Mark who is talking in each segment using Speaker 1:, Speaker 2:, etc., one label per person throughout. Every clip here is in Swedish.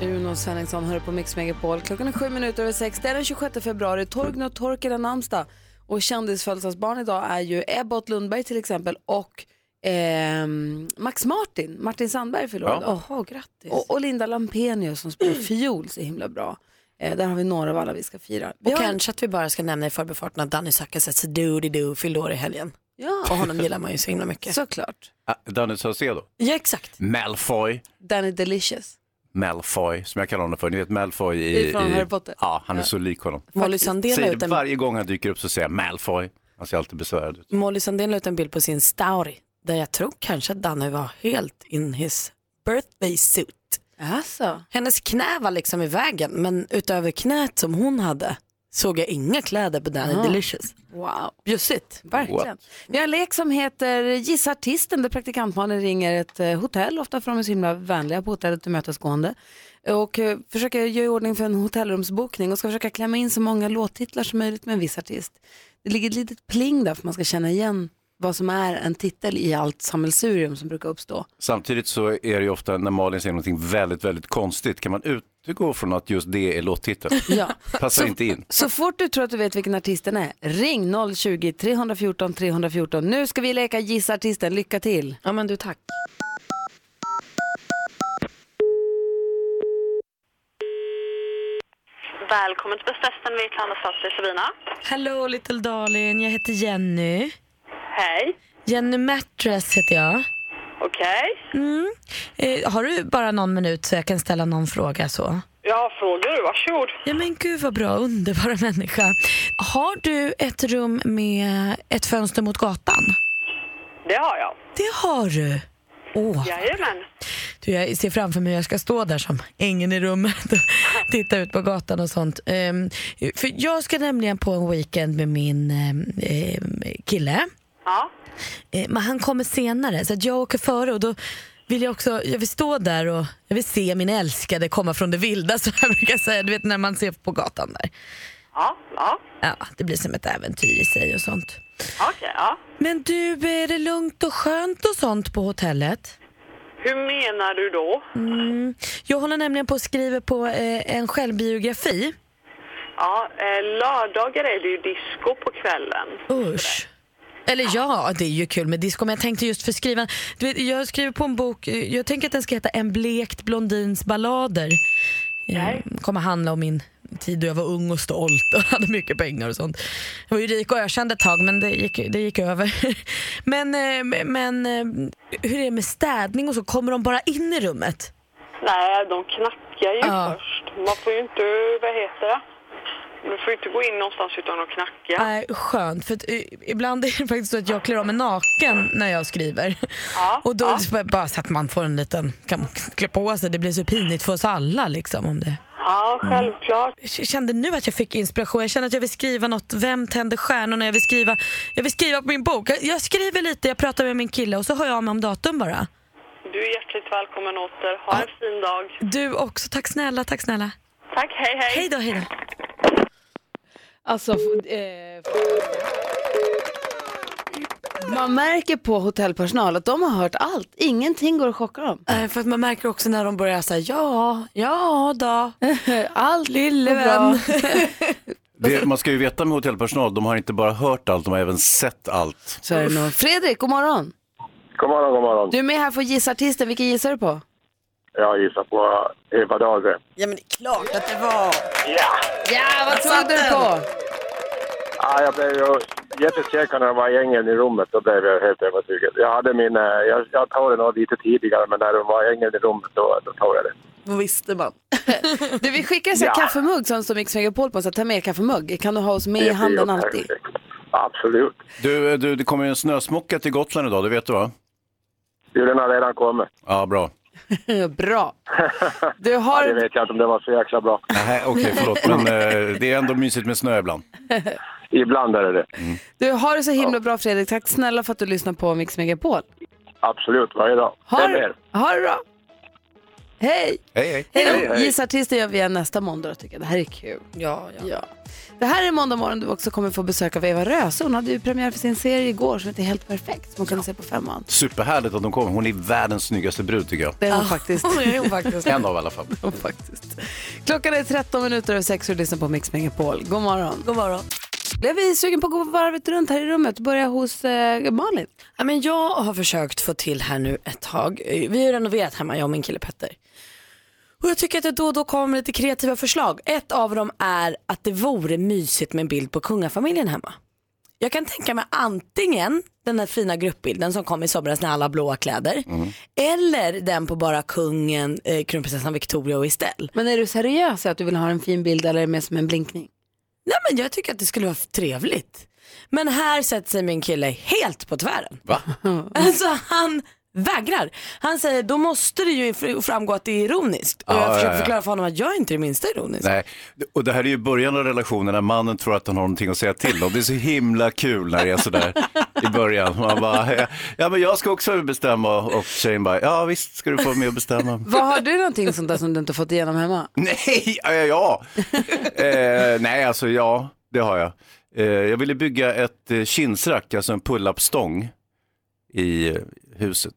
Speaker 1: Uno Svenningsson hör på Mix Megapol. Klockan är sju minuter över sex. Det är den 26 februari. Torgny och Torkel har namnsdag. Och kändisfödelsedagsbarn idag är ju Ebbot Lundberg till exempel och ehm, Max Martin, Martin Sandberg förlorade.
Speaker 2: Åh, oh, grattis.
Speaker 1: Och, och Linda Lampenius som spelar fiol så himla bra. Eh, där har vi några av alla vi ska fira. Vi
Speaker 2: Och
Speaker 1: har-
Speaker 2: kanske att vi bara ska nämna i förbifarten att Danny Zackeses doody-doo fyllde år i helgen. Och
Speaker 1: Ja,
Speaker 2: honom gillar man ju så himla mycket.
Speaker 1: såklart.
Speaker 3: Ah, Danny Saucedo.
Speaker 2: Ja, exakt.
Speaker 3: Malfoy.
Speaker 1: Danny Delicious.
Speaker 3: Malfoy, som jag kallar honom för. Ni vet Malfoy i...
Speaker 1: Ifrån Harry Potter.
Speaker 3: Ja, han är
Speaker 1: Ja.
Speaker 3: så lik honom.
Speaker 2: Molly Sandén, la
Speaker 3: Säger
Speaker 2: ut
Speaker 3: det,
Speaker 2: en,
Speaker 3: varje gång han dyker upp så säger jag Malfoy. Han ser alltid besvärad ut.
Speaker 2: Molly Sandén la ut en bild på sin Stauri där jag tror kanske att Danny var helt in his birthday suit.
Speaker 1: Alltså.
Speaker 2: Hennes knä var liksom i vägen, men utöver knät som hon hade såg jag inga kläder på Danny Delicious.
Speaker 1: Wow.
Speaker 2: Bjussigt.
Speaker 1: Verkligen.
Speaker 3: What?
Speaker 1: Vi har en lek som heter Gissa artisten där praktikantmannen ringer ett eh, hotell, ofta för de är så himla vänliga på hotellet och mötesgående. Och eh, försöker göra i ordning för en hotellrumsbokning och ska försöka klämma in så många låttitlar som möjligt med en viss artist. Det ligger ett litet pling där för man ska känna igen vad som är en titel i allt sammelsurium som brukar uppstå.
Speaker 3: Samtidigt så är det ju ofta när Malin säger någonting väldigt, väldigt konstigt. Kan man utgå från att just det är låttiteln?
Speaker 1: Ja.
Speaker 3: Passar inte in.
Speaker 1: Så fort du tror att du vet vilken artist den är, ring 020-314 314. Nu ska vi leka Gissa artisten, lycka till!
Speaker 2: Ja, men du tack.
Speaker 4: Välkommen till Bästfesten vid Klanda Stadsdel Sabina.
Speaker 5: Hello little darling, jag heter Jenny.
Speaker 4: Hej.
Speaker 5: Jenny Mattress heter jag.
Speaker 4: Okej.
Speaker 5: Mm. Eh, har du bara någon minut så jag kan ställa någon fråga så?
Speaker 4: Jag har frågor, varsågod.
Speaker 5: Ja men gud vad bra, underbara människa. Har du ett rum med ett fönster mot gatan?
Speaker 4: Det har jag.
Speaker 5: Det har du. Åh,
Speaker 4: Jajamän.
Speaker 5: du, jag ser framför mig hur jag ska stå där som ingen i rummet och titta ut på gatan och sånt. Ehm, för jag ska nämligen på en weekend med min ehm, ehm, kille.
Speaker 4: Ja.
Speaker 5: Eh, Men han kommer senare så att jag åker före och då vill jag också, jag vill stå där och jag vill se min älskade komma från det vilda som jag brukar säga, du vet när man ser på gatan där.
Speaker 4: Ja. Ja.
Speaker 5: Ja, det blir som ett äventyr i sig och sånt.
Speaker 4: Okej. ja.
Speaker 5: Men du, är det lugnt och skönt och sånt på hotellet?
Speaker 4: Hur menar du då?
Speaker 5: Mm. Jag håller nämligen på att skriva på eh, en självbiografi.
Speaker 4: Ja, eh, lördagar är det ju disco på kvällen.
Speaker 5: Usch. Eller ja, det är ju kul med disco, men jag tänkte just för skriva. Du vet, jag skriver på en bok, eh, jag tänker att den ska heta En blekt blondins ballader. Eh, kommer handla om min tid då jag var ung och stolt och hade mycket pengar och sånt. Jag var ju rik och ökänd ett tag, men det gick, det gick över. men, eh, men eh, hur är det med städning och så? Kommer de bara in i rummet?
Speaker 4: Nej, de knackar ju
Speaker 5: Ja.
Speaker 4: först. Man får ju inte, vad heter det? Du får ju inte gå in någonstans utan att knacka.
Speaker 5: Nej, skönt. För att, eh, ibland är det faktiskt så att jag klär av mig naken när jag skriver.
Speaker 4: Ja,
Speaker 5: och då
Speaker 4: ja.
Speaker 5: b- bara så att man får en liten, kan klä på sig. Det blir så pinigt för oss alla liksom om det.
Speaker 4: Ja, självklart.
Speaker 5: Jag kände nu att jag fick inspiration. Jag känner att jag vill skriva något. Vem tänder stjärnorna? Jag vill skriva, jag vill skriva på min bok. Jag, jag skriver lite, jag pratar med min kille och så hör jag av mig om datum bara.
Speaker 4: Du är hjärtligt välkommen åter. Ha en fin dag.
Speaker 5: Du också. Tack snälla, tack snälla.
Speaker 4: Tack, hej hej.
Speaker 5: Hej då, hej då.
Speaker 1: Alltså, f- eh, f- man märker på hotellpersonal att de har hört allt. Ingenting går att chocka dem.
Speaker 2: Eh, För att man märker också när de börjar säga ja, ja då.
Speaker 1: Allt Lille
Speaker 2: vän.
Speaker 3: Det, man ska ju veta med hotellpersonal, de har inte bara hört allt, de har även sett allt.
Speaker 1: Så är det nog. Fredrik, god morgon.
Speaker 6: God morgon, god morgon.
Speaker 1: Du är med här för att gissa artisten. Vilken gissar du på?
Speaker 6: Jag gissar på Eva Dahlgren.
Speaker 2: Ja men det är klart att det var.
Speaker 6: Ja!
Speaker 1: Ja, vad tror du på?
Speaker 6: ja Ah, jag blev ju jätteskräck när det var gängen i rummet. Då blev jag helt övertygad. Jag hade min... eh, Jag, jag tog det nog lite tidigare, men när det var gängen i rummet då, då tog jag det.
Speaker 2: Vad visste man?
Speaker 1: Du, vi skickar en sån här
Speaker 6: Ja.
Speaker 1: kaffemugg som står Mix Megapol på. Så ta med kaffemugg. Kan du ha oss med i
Speaker 6: Det är
Speaker 1: handen
Speaker 6: ju
Speaker 1: alltid?
Speaker 6: perfekt. Absolut.
Speaker 3: Du, du det kommer ju en snösmocka till Gotland idag, det vet du va?
Speaker 6: Du, den har redan kommit.
Speaker 3: Ja, bra.
Speaker 1: Bra. Du har...
Speaker 6: det vet jag inte om det var så jäkla bra.
Speaker 3: Nej, okej, förlåt. Men eh, det är ändå mysigt med snö ibland.
Speaker 6: Ibland är det det.
Speaker 1: Du har det så himla bra Fredrik. Tack snälla för att du lyssnar på Mix Megapol.
Speaker 6: Absolut, varje dag.
Speaker 1: Ha
Speaker 6: Hem er.
Speaker 1: det, ha det bra. Hej!
Speaker 3: Hej, hej.
Speaker 1: Hej
Speaker 6: Hej,
Speaker 1: då.
Speaker 6: hej.
Speaker 1: Gissartisten gör vi igen nästa måndag då, tycker jag. Det här är kul.
Speaker 5: Ja, ja.
Speaker 1: Ja. Det här är måndag morgon du också kommer få besök av Eva Röse. Hon hade ju premiär för sin serie igår som heter Helt perfekt som man kunde se på femman.
Speaker 3: Superhärligt att de kommer. Hon är världens snyggaste brud tycker jag.
Speaker 1: Det är hon faktiskt.
Speaker 5: Det är hon faktiskt.
Speaker 3: En av i alla fall.
Speaker 1: faktiskt. Klockan är 13 minuter över 6 och du lyssnar på Mix Megapol. God morgon.
Speaker 5: God morgon.
Speaker 1: Blev vi sugen på att gå varvet runt här i rummet och börja hos eh, Malin?
Speaker 5: Ja, men jag har försökt få till här nu ett tag. Eh, Vi har ju renoverat hemma, jag och min kille Petter. Och jag tycker att det då och då kommer lite kreativa förslag. Ett av dem är att det vore mysigt med en bild på kungafamiljen hemma. Jag kan tänka mig antingen den här fina gruppbilden som kom i somras när alla har blåa kläder. Eller den på bara kungen, eh, kronprinsessan Victoria och Estelle.
Speaker 1: Men är du seriös i att du vill ha en fin bild eller är det mer som en blinkning?
Speaker 5: Nej men jag tycker att det skulle vara trevligt. Men här sätter sig min kille helt på tvären.
Speaker 3: Va?
Speaker 5: Alltså han vägrar. Han säger då måste det ju fr- framgå att det är ironiskt. Och
Speaker 3: Ja,
Speaker 5: jag försöker
Speaker 3: ja, ja.
Speaker 5: förklara för honom att jag är inte det minsta ironisk.
Speaker 3: Nej, och det här är ju början av relationen när mannen tror att han har någonting att säga till om. Det är så himla kul när det är sådär i början. Man bara, ja men jag ska också bestämma och tjejen bara, ja visst ska du få vara med och bestämma.
Speaker 1: Vad har du någonting sånt där som du inte fått igenom hemma?
Speaker 3: Nej, ja, ja. ja. eh, nej alltså ja, det har jag. Eh, jag ville bygga ett eh, kinsrack, alltså en pull-up-stång i eh, huset.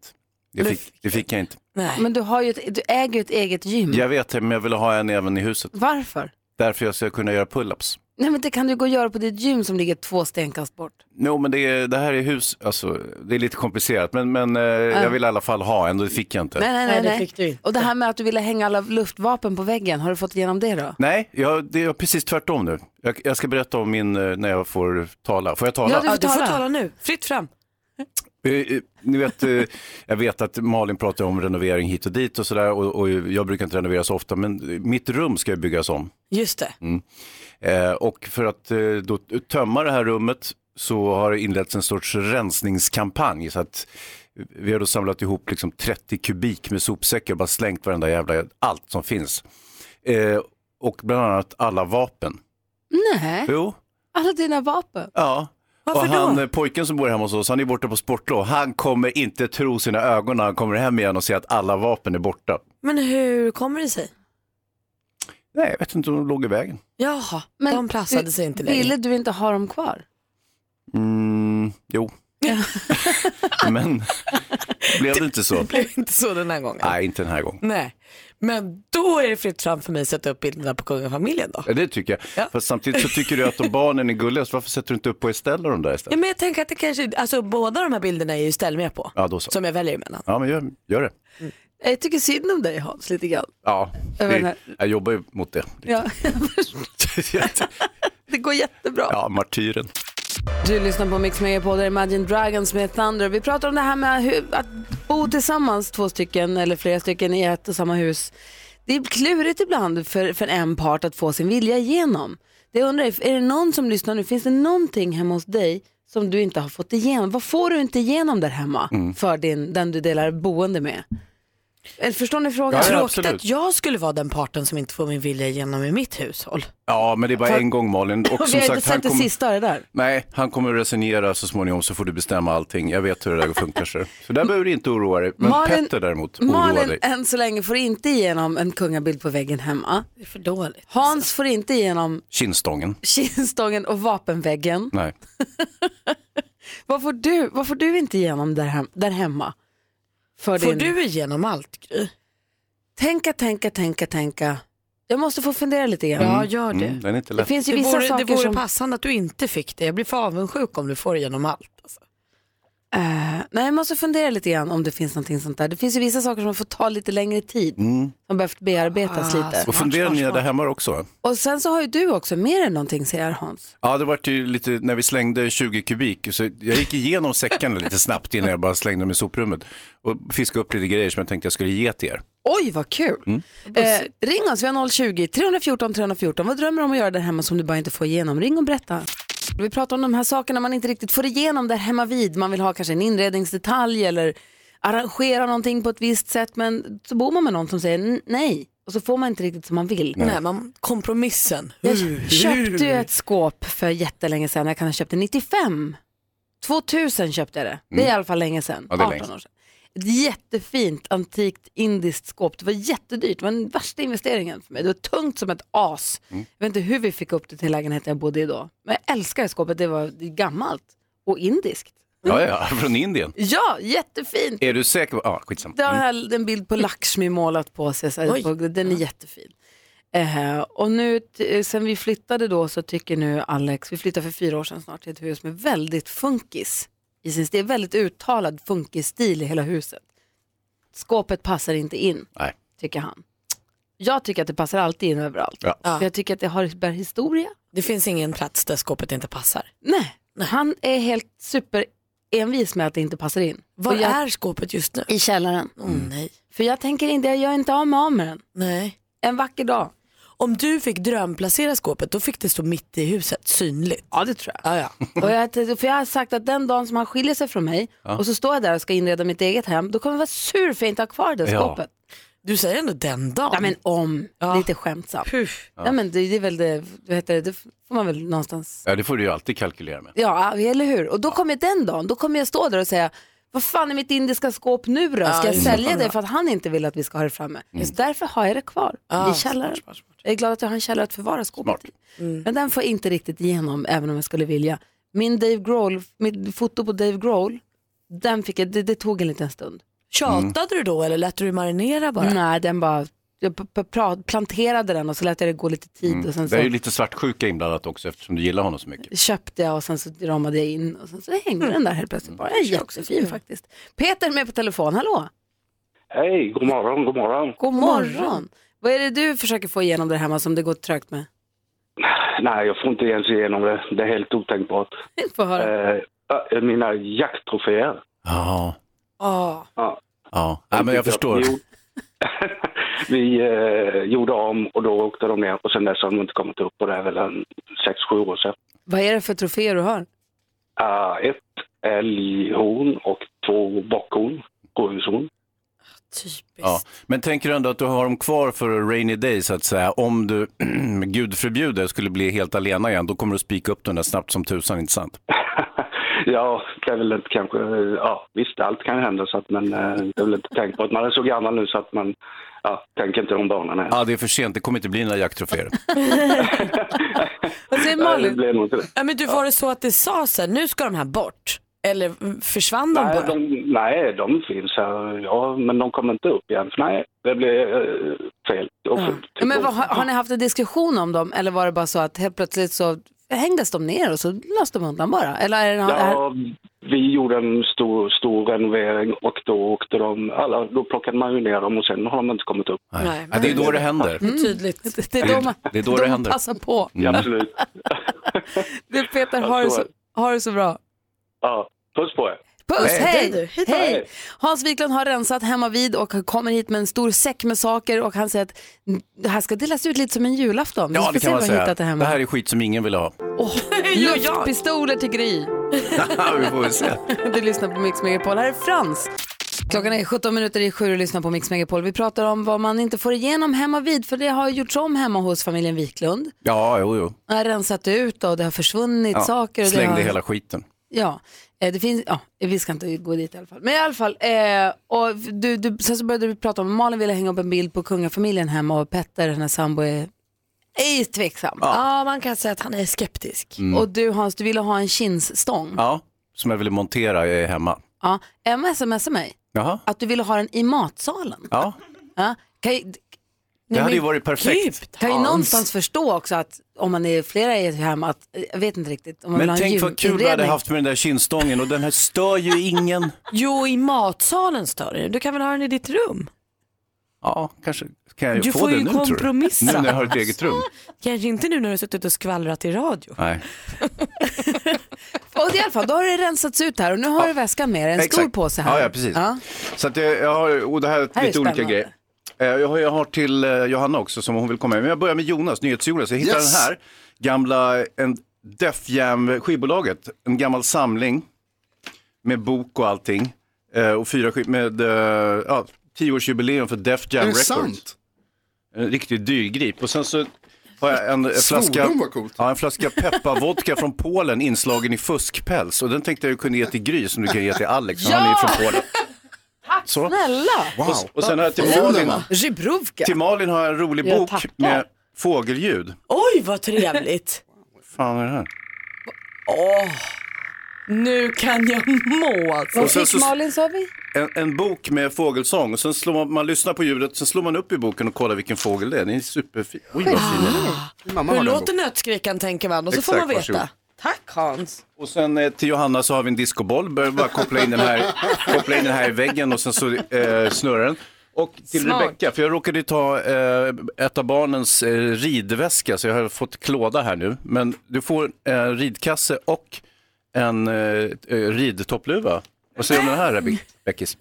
Speaker 3: Det fick, det fick jag inte.
Speaker 5: Nej.
Speaker 1: Men du, har ju ett, du äger ju ett eget gym.
Speaker 3: Jag vet det, men jag ville ha en även i huset.
Speaker 1: Varför?
Speaker 3: Därför jag ska kunna göra pull-ups.
Speaker 1: Nej men det kan du gå och göra på ditt gym som ligger två stenkast bort.
Speaker 3: Jo, men det, är, det här är hus, alltså det är lite komplicerat, men, men eh, jag vill i alla fall ha en, det fick jag inte.
Speaker 1: Nej, nej, nej.
Speaker 5: Nej, det
Speaker 1: nej.
Speaker 5: fick du inte.
Speaker 1: Och det här med att du ville hänga alla luftvapen på väggen, har du fått igenom det då?
Speaker 3: Nej, jag, det är precis tvärtom nu. Jag, jag ska berätta om min, eh, när jag får tala. Får jag tala?
Speaker 1: Ja,
Speaker 5: Ja, du får
Speaker 1: tala.
Speaker 5: tala nu, fritt fram.
Speaker 3: Eh, eh, Ni vet, eh, jag vet att Malin pratar om renovering hit och dit och sådär och, och jag brukar inte renovera så ofta men eh, mitt rum ska ju byggas om.
Speaker 5: Just det.
Speaker 3: Eh, och för att eh, då tömma det här rummet så har det inletts en sorts rensningskampanj. Så att vi har då samlat ihop liksom 30 kubik med sopsäckar och bara slängt varenda jävla, allt som finns. Eh, och bland annat alla vapen.
Speaker 1: Nej,
Speaker 3: Jo,
Speaker 1: alla dina vapen.
Speaker 3: ja. och han, eh, pojken som bor hemma hos oss, han är borta på sportlov. Han kommer inte tro sina ögon när han kommer hem igen och ser att alla vapen är borta.
Speaker 5: Men hur kommer det sig?
Speaker 3: Nej, jag vet inte om de låg i vägen.
Speaker 5: Jaha,
Speaker 1: Men
Speaker 5: de
Speaker 1: du-
Speaker 5: plassade sig inte längre.
Speaker 1: Ville du inte ha dem kvar?
Speaker 3: Mm, jo. Men blev det inte så?
Speaker 5: Det blev inte så den här gången.
Speaker 3: Nej, inte den här gången.
Speaker 5: Nej. Men då är det fritt fram för mig att sätta upp bilderna på kungafamiljen då.
Speaker 3: Ja, det tycker jag.
Speaker 5: Ja.
Speaker 3: Fast samtidigt så tycker du att de barnen är gulligast. Varför sätter du inte upp på Estelle och de där
Speaker 5: Ja,
Speaker 3: istället?
Speaker 5: men jag tänker att det kanske, alltså båda de här bilderna är ju ställ med på.
Speaker 3: Ja, då så.
Speaker 5: Som jag väljer emellan.
Speaker 3: Ja, men gör, gör det.
Speaker 1: Jag tycker synd om dig Hans lite grann.
Speaker 3: Ja,
Speaker 1: Jag
Speaker 3: det,
Speaker 1: menar-
Speaker 3: jag jobbar ju mot det.
Speaker 1: Ja, det går jättebra.
Speaker 3: ja, martyren.
Speaker 1: Du lyssnar på Mix Megapod, det är Imagine Dragons med Thunder. Vi pratar om det här med hur, att bo tillsammans, två stycken eller flera stycken i ett och samma hus. Det är klurigt ibland för, för en part att få sin vilja igenom. Det jag undrar är, är det någon som lyssnar nu, finns det någonting hemma hos dig som du inte har fått igenom? Vad får du inte igenom där hemma
Speaker 3: Mm.
Speaker 1: för din, den du delar boende med? Eller förstår ni frågan?
Speaker 3: Ja, ja.
Speaker 5: Tråkigt
Speaker 3: absolut.
Speaker 5: att jag skulle vara den parten som inte får min vilja igenom i mitt hushåll.
Speaker 3: Ja, men det är bara en gång Malin. Och
Speaker 1: Och vi
Speaker 3: som
Speaker 1: har ju
Speaker 3: sagt, han
Speaker 1: sett det
Speaker 3: kommer,
Speaker 1: sista av det där.
Speaker 3: nej, han kommer att resonera så småningom så får du bestämma allting. Jag vet hur det där funkar. Så, så där behöver du inte oroa dig. Men
Speaker 1: Malin-
Speaker 3: Petter däremot, oroa
Speaker 1: Malin
Speaker 3: dig.
Speaker 1: än så länge får inte igenom en kungabild på väggen hemma.
Speaker 5: Det är för dåligt.
Speaker 1: Hans får inte igenom
Speaker 3: Kinnstången.
Speaker 1: kinstången och vapenväggen.
Speaker 3: Nej.
Speaker 1: Vad får du, vad får du inte igenom där, hem, där hemma? För
Speaker 5: Får
Speaker 1: din...
Speaker 5: du igenom allt Gry?
Speaker 1: Tänka, tänka, tänka, tänka. Jag måste få fundera lite grann.
Speaker 5: Ja, gör det.
Speaker 3: Mm, den är inte
Speaker 1: Det
Speaker 3: lätt.
Speaker 1: finns ju
Speaker 5: Det
Speaker 1: vissa
Speaker 5: vore, det
Speaker 1: saker
Speaker 5: vore
Speaker 1: som...
Speaker 5: passande att du inte fick det. Jag blir för avundsjuk om du får igenom allt. Alltså.
Speaker 1: Eh, nej, jag måste fundera lite grann om det finns någonting sånt där. Det finns ju vissa saker som får ta lite längre tid. Som behövt bearbetas
Speaker 5: Ah,
Speaker 1: lite.
Speaker 5: så-
Speaker 3: Och funderar ni där hemma också?
Speaker 1: Och sen så har ju du också mer än någonting, säger Hans.
Speaker 3: Ja, det var ju lite, när vi slängde 20 kubik, så jag gick igenom säckarna lite snabbt innan jag bara slängde dem i soprummet och fiskade upp lite grejer som jag tänkte jag skulle ge till er.
Speaker 1: Oj, vad kul! Eh, ring oss, vi har 020-314 314. Vad drömmer du om att göra där hemma som du bara inte får igenom? Ring och berätta. Vi pratar om de här sakerna man inte riktigt får igenom där hemma vid. Man vill ha kanske en inredningsdetalj eller arrangera någonting på ett visst sätt men så bor man med någon som säger n- nej och så får man inte riktigt som man vill.
Speaker 5: Nej. Nej, man, kompromissen.
Speaker 1: Jag köpte ju ett skåp för jättelänge sedan, jag kan ha köpt det 95. 2000 köpte jag det, det är i alla fall länge sedan.
Speaker 5: Mm. Ja, det är
Speaker 1: 18
Speaker 5: länge
Speaker 1: år sedan. Ett jättefint antikt indiskt skåp, det var jättedyrt, det var den värsta investeringen för mig. Det var tungt som ett as.
Speaker 5: Mm.
Speaker 1: Jag vet inte hur vi fick upp det till lägenheten jag bodde i då. Men jag älskar det skåpet, det var gammalt och indiskt.
Speaker 3: Ja, ja, från Indien.
Speaker 1: Ja, jättefint.
Speaker 3: Är du säker? på- Ja, skitsamma.
Speaker 1: Det har jag en bild på Lakshmi målat på sig, så här,
Speaker 3: Mm. Oj.
Speaker 1: på, den är jättefin. Eh, och nu, t- eh, sen vi flyttade då så tycker nu Alex, vi flyttade för fyra år sedan snart till ett hus med väldigt funkis i sin stil, väldigt uttalad funkisstil i hela huset. Skåpet passar inte in,
Speaker 3: Nej.
Speaker 1: tycker han. Jag tycker att det passar alltid in överallt.
Speaker 3: Ja.
Speaker 1: För jag tycker att det har bär historia.
Speaker 5: Det finns ingen plats där skåpet inte passar.
Speaker 1: Nej, han är helt super envis med att det inte passar in.
Speaker 5: Var
Speaker 1: Och jag-
Speaker 5: är skåpet just nu?
Speaker 1: I källaren.
Speaker 5: nej.
Speaker 1: För jag tänker inte, jag gör inte av mig av med den.
Speaker 5: Nej.
Speaker 1: En vacker dag.
Speaker 5: Om du fick drömplacera skåpet då fick det stå mitt i huset, synligt.
Speaker 1: Ja det tror
Speaker 5: jag. Ja, ja.
Speaker 1: Och jag, för jag har sagt att den dagen som han skiljer sig från mig
Speaker 5: Ja.
Speaker 1: och så står jag där och ska inreda mitt eget hem, då kommer jag vara sur för jag inte har kvar det
Speaker 5: Ja.
Speaker 1: skåpet.
Speaker 5: Du säger ändå den dagen.
Speaker 1: Ja men om, lite skämtsamt.
Speaker 3: Ja.
Speaker 1: Ja. men det, det är väl det, vad heter det, det får man väl någonstans.
Speaker 3: Ja, det får du ju alltid kalkylera med.
Speaker 1: Ja, eller hur? Och då kommer den dagen, då kommer jag stå där och säga, vad fan är mitt indiska skåp nu då? Ska
Speaker 5: Ja,
Speaker 1: jag
Speaker 5: just det. Mm.
Speaker 1: sälja det för att han inte vill att vi ska ha det framme? Så därför har jag det kvar
Speaker 5: Ja,
Speaker 1: i källaren.
Speaker 5: smart,
Speaker 1: Jag är glad att jag har en källare att förvara skåpet i. Men den får jag inte riktigt igenom, även om jag skulle vilja. Min Dave Grohl, mitt foto på Dave Grohl, den fick jag, det, det tog en liten stund.
Speaker 5: Tjatade du då eller lät du det marinera bara?
Speaker 1: Nej, den bara, jag p- p- pra- planterade den och så lät jag det gå lite tid och sen
Speaker 3: Mm. Det är ju
Speaker 1: så
Speaker 3: lite svartsjuka inblandat också eftersom du gillar honom så mycket.
Speaker 1: köpte jag och sen så ramade jag in och sen så hängde den där helt plötsligt. Bara,
Speaker 5: Mm.
Speaker 1: jättefin faktiskt. Peter är med på telefon, hallå?
Speaker 7: Hej, god morgon, god morgon.
Speaker 1: God morgon. Vad är det du försöker få igenom där hemma som det går trögt med?
Speaker 7: Nej, jag får inte ens igenom det. Det är helt otänkbart.
Speaker 1: Få höra.
Speaker 7: Eh, äh, mina jakttroféer.
Speaker 3: Ja,
Speaker 5: Ah,
Speaker 1: Ja.
Speaker 7: Ja.
Speaker 3: ja. ja men jag förstår.
Speaker 7: Vi, vi eh, gjorde om och då åkte de ner och sen dess har de inte kommit upp och det är väl en sex, sju år sedan.
Speaker 1: Vad är det för troféer du har?
Speaker 7: Ah, ett älghorn och två bockhorn, rådjurshorn.
Speaker 3: Ja. Men tänker du ändå att du har dem kvar för a rainy day så att säga? Om du, gud förbjude, skulle bli helt alena igen, då kommer du spika upp den där snabbt som tusan, inte sant?
Speaker 7: Ja, det är väl inte kanske, ja visst allt kan hända så att man, eh, det är väl inte tänkbart. Man är så gammal nu så att man, ja, tänker inte de banorna.
Speaker 3: Ja, det är för sent, det kommer inte bli några jakttroféer.
Speaker 1: Vad säger
Speaker 7: Nej, det
Speaker 5: Malin?
Speaker 7: blir nog inte det.
Speaker 5: Ja, men du var det så att det sa så här, nu ska de här bort? Eller mm, försvann de
Speaker 7: Nej,
Speaker 5: bara?
Speaker 7: de, nej, de finns här, ja, men de kommer inte upp igen. För nej, det blir eh, fel. Och fult.
Speaker 1: Ja, men vad, har, har ni haft en diskussion om dem eller var det bara så att helt plötsligt så hängdes de ner och så löste de undan bara? Eller är det någon, är,
Speaker 7: Ja, vi gjorde en stor, stor renovering och då åkte de, alla, då plockade man ju ner dem och sen har de inte kommit upp.
Speaker 3: Nej. Ja, det är då det händer.
Speaker 1: Mm.
Speaker 5: Tydligt.
Speaker 1: det är då man
Speaker 3: Det är då det händer.
Speaker 1: passar på.
Speaker 3: Ja,
Speaker 7: absolut.
Speaker 1: Du Peter,
Speaker 7: Ja,
Speaker 1: har det
Speaker 7: så
Speaker 1: så,
Speaker 7: är det.
Speaker 1: har det så bra.
Speaker 7: Ja, puss på er.
Speaker 1: Puss, hej!
Speaker 5: du.
Speaker 1: Hej,
Speaker 5: Hej.
Speaker 1: Hans Wiklund har rensat hemma vid och kommer hit med en stor säck med saker och han säger att det här ska delas ut lite som en julafton. Vi
Speaker 3: Ja,
Speaker 1: ska
Speaker 3: det
Speaker 1: se
Speaker 3: kan man
Speaker 1: vad jag
Speaker 3: säga.
Speaker 1: hittat det
Speaker 3: Det
Speaker 1: hemma.
Speaker 3: här är skit som ingen vill ha.
Speaker 1: Åh, luftpistoler till Gry.
Speaker 3: Vi får väl se.
Speaker 1: Du lyssnar på Mix Megapol. Här är Frans. Klockan är 17 minuter i sju och lyssnar på Mix Megapol. Vi pratar om vad man inte får igenom hemma vid för det har gjorts om hemma hos familjen Wiklund.
Speaker 3: Ja, jo, jo.
Speaker 1: Man har rensat ut och det har försvunnit
Speaker 3: Ja,
Speaker 1: saker. Och det
Speaker 3: Slängde
Speaker 1: har...
Speaker 3: hela skiten.
Speaker 1: Ja, eh, det finns, ja, vi ska inte gå dit i alla fall. Men i alla fall, eh, och du, du, sen så började vi prata om, Malin ville hänga upp en bild på kungafamiljen hemma och Petter, hennes sambo, är, är tveksam.
Speaker 5: Ja, man kan säga att han är skeptisk.
Speaker 3: Mm.
Speaker 1: Och du Hans, du ville ha en kinsstång.
Speaker 3: Ja, som jag ville montera eh, hemma.
Speaker 1: Ja. Emma smsar mig
Speaker 3: Jaha,
Speaker 1: att du ville ha den i matsalen.
Speaker 3: ja.
Speaker 1: Ja. Kan, ju-
Speaker 3: Det hade ju varit perfekt.
Speaker 1: kan ju någonstans förstå också att om man är flera i ett hem, att, jag vet inte riktigt, om man vill
Speaker 3: Men
Speaker 1: ha en
Speaker 3: tänk vad kul du hade
Speaker 1: gyminredning.
Speaker 3: haft med den där kindstången och den här stör ju ingen.
Speaker 5: Jo, i matsalen stör det. Du kan väl ha den i ditt rum?
Speaker 3: Ja, kanske kan jag
Speaker 5: Du
Speaker 3: få
Speaker 5: får
Speaker 3: den
Speaker 5: ju
Speaker 3: nu tror du?
Speaker 5: kompromissa.
Speaker 3: Nu när jag har ett eget rum.
Speaker 5: Kanske inte nu när du har suttit och skvallrat i radio.
Speaker 3: Nej.
Speaker 1: Och i alla fall, då har det rensats ut här och nu har du väskan med dig, en stor
Speaker 3: Exakt.
Speaker 1: påse här.
Speaker 3: Ja, ja precis. Så att jag, jag har, och det här är
Speaker 1: Här är
Speaker 3: lite olika
Speaker 1: spännande.
Speaker 3: grejer. Eh, Jag har, jag har till eh, Johanna också som hon vill komma med. Men jag börjar med Jonas, NyhetsJonas. Jag hittar
Speaker 8: Yes.
Speaker 3: den här gamla, en Def Jam skivbolaget, en gammal samling med bok och allting. Eh, och fyra skivor med eh, ja, tioårsjubileum för Def Jam
Speaker 9: Är det
Speaker 3: Records.
Speaker 9: sant?
Speaker 3: En riktigt dyrgrip. Och sen så har jag en, en
Speaker 9: Svordom,
Speaker 3: flaska,
Speaker 9: vad coolt.
Speaker 3: ja, en flaska pepparvodka från Polen inslagen i fuskpäls. Och den tänkte jag kunde ge till Gry som du kan ge till Alex, ja! han är ju från Polen. Så.
Speaker 10: Snälla!
Speaker 3: Och, och sen har jag till Malin,
Speaker 10: Rybrovka.
Speaker 3: till Malin har jag en rolig
Speaker 5: Jag
Speaker 3: bok
Speaker 5: tackar.
Speaker 3: med fågelljud.
Speaker 5: Oj, vad trevligt.
Speaker 3: fan är det här?
Speaker 5: Åh, nu kan jag må. alltså.
Speaker 3: Och sen så-
Speaker 10: sa vi?
Speaker 3: En, en bok med fågelsång och sen slår man, man lyssnar på ljudet, sen slår man upp i boken och kollar vilken fågel det är. Den är superfin. Oj, vad fin den är.
Speaker 5: Hur låter nötskrikan tänker man och så får
Speaker 3: Exakt,
Speaker 5: man veta.
Speaker 3: varsågod.
Speaker 5: Tack Hans.
Speaker 3: Och sen eh, till Johanna så har vi en discoboll. Bör bara koppla in den här, koppla in den här i väggen och sen så eh, snurrar den. Och till
Speaker 5: Smart.
Speaker 3: Rebecka, för jag råkade ju ta eh, ett av barnens eh, ridväska så jag har fått klåda här nu. Men du får eh, ridkasse och en eh, eh, ridtoppluva. Vad säger du om den här Rebe- Beckis?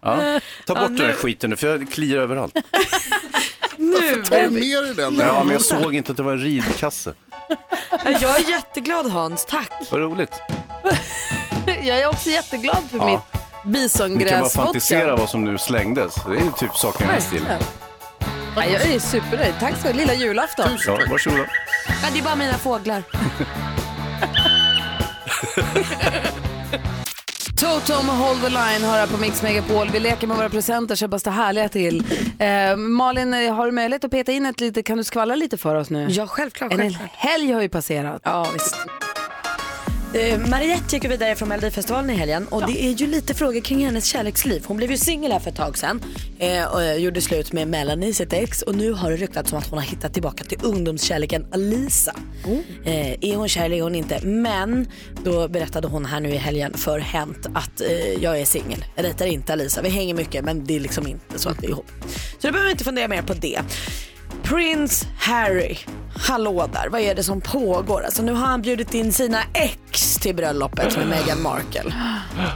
Speaker 3: Ja. Ta bort den här skiten nu för jag kliar överallt.
Speaker 5: Nu.
Speaker 9: Tar du med dig den?
Speaker 3: Ja, men jag såg inte att det var en ridkasse.
Speaker 5: Jag är jätteglad Hans, tack.
Speaker 3: Vad roligt.
Speaker 1: Jag är också jätteglad för
Speaker 3: Ja.
Speaker 1: mitt
Speaker 3: Ni kan bara
Speaker 1: bisongräsvodka.
Speaker 3: fantisera vad som nu slängdes. Det är ju typ saker i den här stilen.
Speaker 1: Nej, jag är supernöjd. Tack så lilla julafton.
Speaker 3: Ja, varsågoda.
Speaker 11: Ja, det är bara mina fåglar.
Speaker 1: Toto med Hold the Line hör här på Mix Megapol. Vi leker med våra presenter så jag bara står härliga till. Eh, Malin, eh, har du möjlighet att peta in ett litet, kan du skvallra lite för oss nu?
Speaker 11: Ja, självklart.
Speaker 1: En hel
Speaker 11: självklart.
Speaker 1: helg har ju passerat.
Speaker 11: Ja, visst.
Speaker 5: Eh, Mariette gick ju vidare från Melodifestivalen i helgen och det är ju lite frågor kring hennes kärleksliv. Hon blev ju singel här för ett tag sedan eh, och eh, gjorde slut med Melanie, sitt ex. Och nu har det ryktats om att hon har hittat tillbaka till ungdomskärleken Alisa. Eh, är hon kär eller är hon inte? Men då berättade hon här nu i helgen för Hänt att eh, jag är singel. Jag dejtar inte Alisa. Vi hänger mycket men det är liksom inte så att vi är ihop. Så du behöver inte fundera mer på det. Prince Harry, hallå där, vad är det som pågår? Alltså nu har han bjudit in sina ex till bröllopet med Meghan Markle.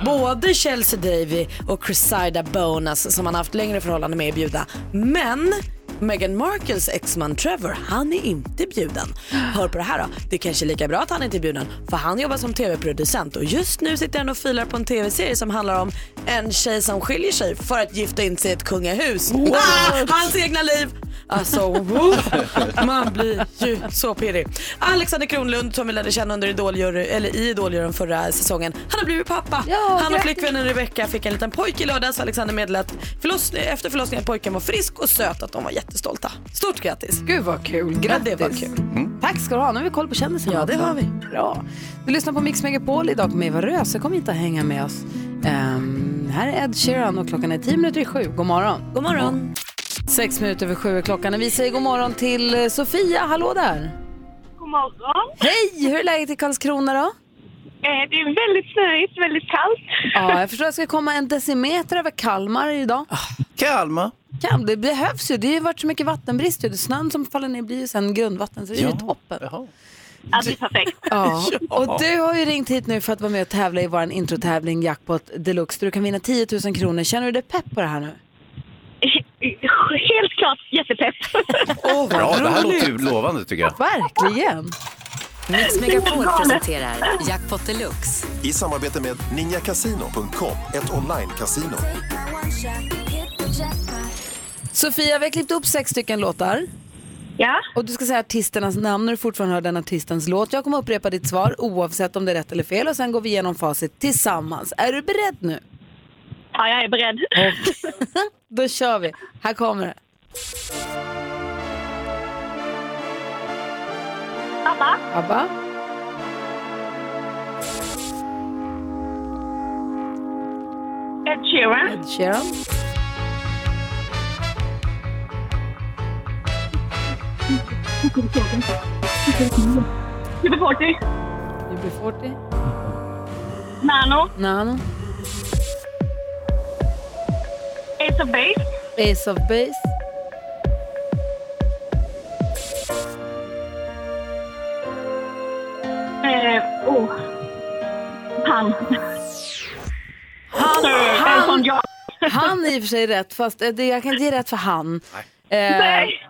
Speaker 5: Både Chelsea Davy och Cressida Bonas som han haft längre förhållande med är bjudna. Men Meghan Markles exman Trevor, han är inte bjuden. Hör på det här då. Det är kanske är lika bra att han inte är bjuden för han jobbar som tv-producent och just nu sitter han och filar på en tv-serie som handlar om en tjej som skiljer sig för att gifta in sig i ett kungahus. Ah, hans egna liv! Alltså, wow. man blir ju så pirrig. Alexander Kronlund som vi lärde känna under Idoljury, eller i Idoljuryn förra säsongen, han har blivit pappa. han och
Speaker 11: grattis.
Speaker 5: flickvännen Rebecca fick en liten pojke i lördags. Alexander meddelade att förloss- efter förlossningen pojken var frisk och söt, att de var jättestolta. Stort grattis!
Speaker 1: Gud vad kul, grattis.
Speaker 5: Ja, det var kul.
Speaker 1: Tack ska du ha, nu har vi koll på kändisarna
Speaker 5: Ja, det
Speaker 1: också.
Speaker 5: har vi.
Speaker 1: Bra. Du lyssnar på Mix Megapol idag med Eva Röse, kom inte att hänga med oss. Ehm, här är Ed Sheeran och klockan är 10 minuter i sju. God morgon.
Speaker 5: God morgon.
Speaker 1: Sex minuter över sju är klockan och vi säger god morgon till eh, Sofia, hallå där.
Speaker 4: God morgon.
Speaker 1: Hej, hur är läget i Karlskrona då?
Speaker 4: Eh, det är väldigt snöigt, väldigt kallt.
Speaker 1: Ja, jag förstår att det ska komma en decimeter över Kalmar idag.
Speaker 3: Kalmar?
Speaker 1: Kalm, det behövs ju. Det har ju varit så mycket vattenbrist. ju. Det Snön som faller ner blir ju sen grundvatten, så det är ju toppen.
Speaker 4: Ja, det är perfekt.
Speaker 1: Ja. Och du har ju ringt hit nu för att vara med och tävla i vår introtävling Jackpot Deluxe. där Du kan vinna 10 000 kronor. Känner du dig pepp på det här nu?
Speaker 4: Helt klart jättepepp.
Speaker 1: Åh, vad
Speaker 3: Bra, det här
Speaker 1: roligt.
Speaker 3: låter ju lovande tycker jag.
Speaker 1: Verkligen.
Speaker 12: Mix Megapol presenterar Jackpot Deluxe.
Speaker 13: I samarbete med ninjakasino.com, ett online-casino.
Speaker 1: Sofia, vi har klippt upp sex stycken låtar.
Speaker 4: Ja.
Speaker 1: Och du ska säga artisternas namn när du fortfarande hör den artistens låt. Jag kommer upprepa ditt svar oavsett om det är rätt eller fel och sen går vi igenom facit tillsammans. Är du beredd nu?
Speaker 4: Ja, jag är beredd.
Speaker 1: Då kör vi. Här kommer det.
Speaker 4: Abba,
Speaker 1: ABBA.
Speaker 4: Ed Sheeran.
Speaker 1: Ed Sheeran.
Speaker 4: UB40.
Speaker 1: UB40.
Speaker 4: Nano.
Speaker 1: Nano.
Speaker 4: Ace of Base.
Speaker 1: Ace of Base.
Speaker 4: Eh, oh. Han.
Speaker 1: Han,
Speaker 4: Elton
Speaker 1: han, han är i och för sig rätt, fast eh, det, jag kan inte ge rätt för han. Eh,
Speaker 4: Nej.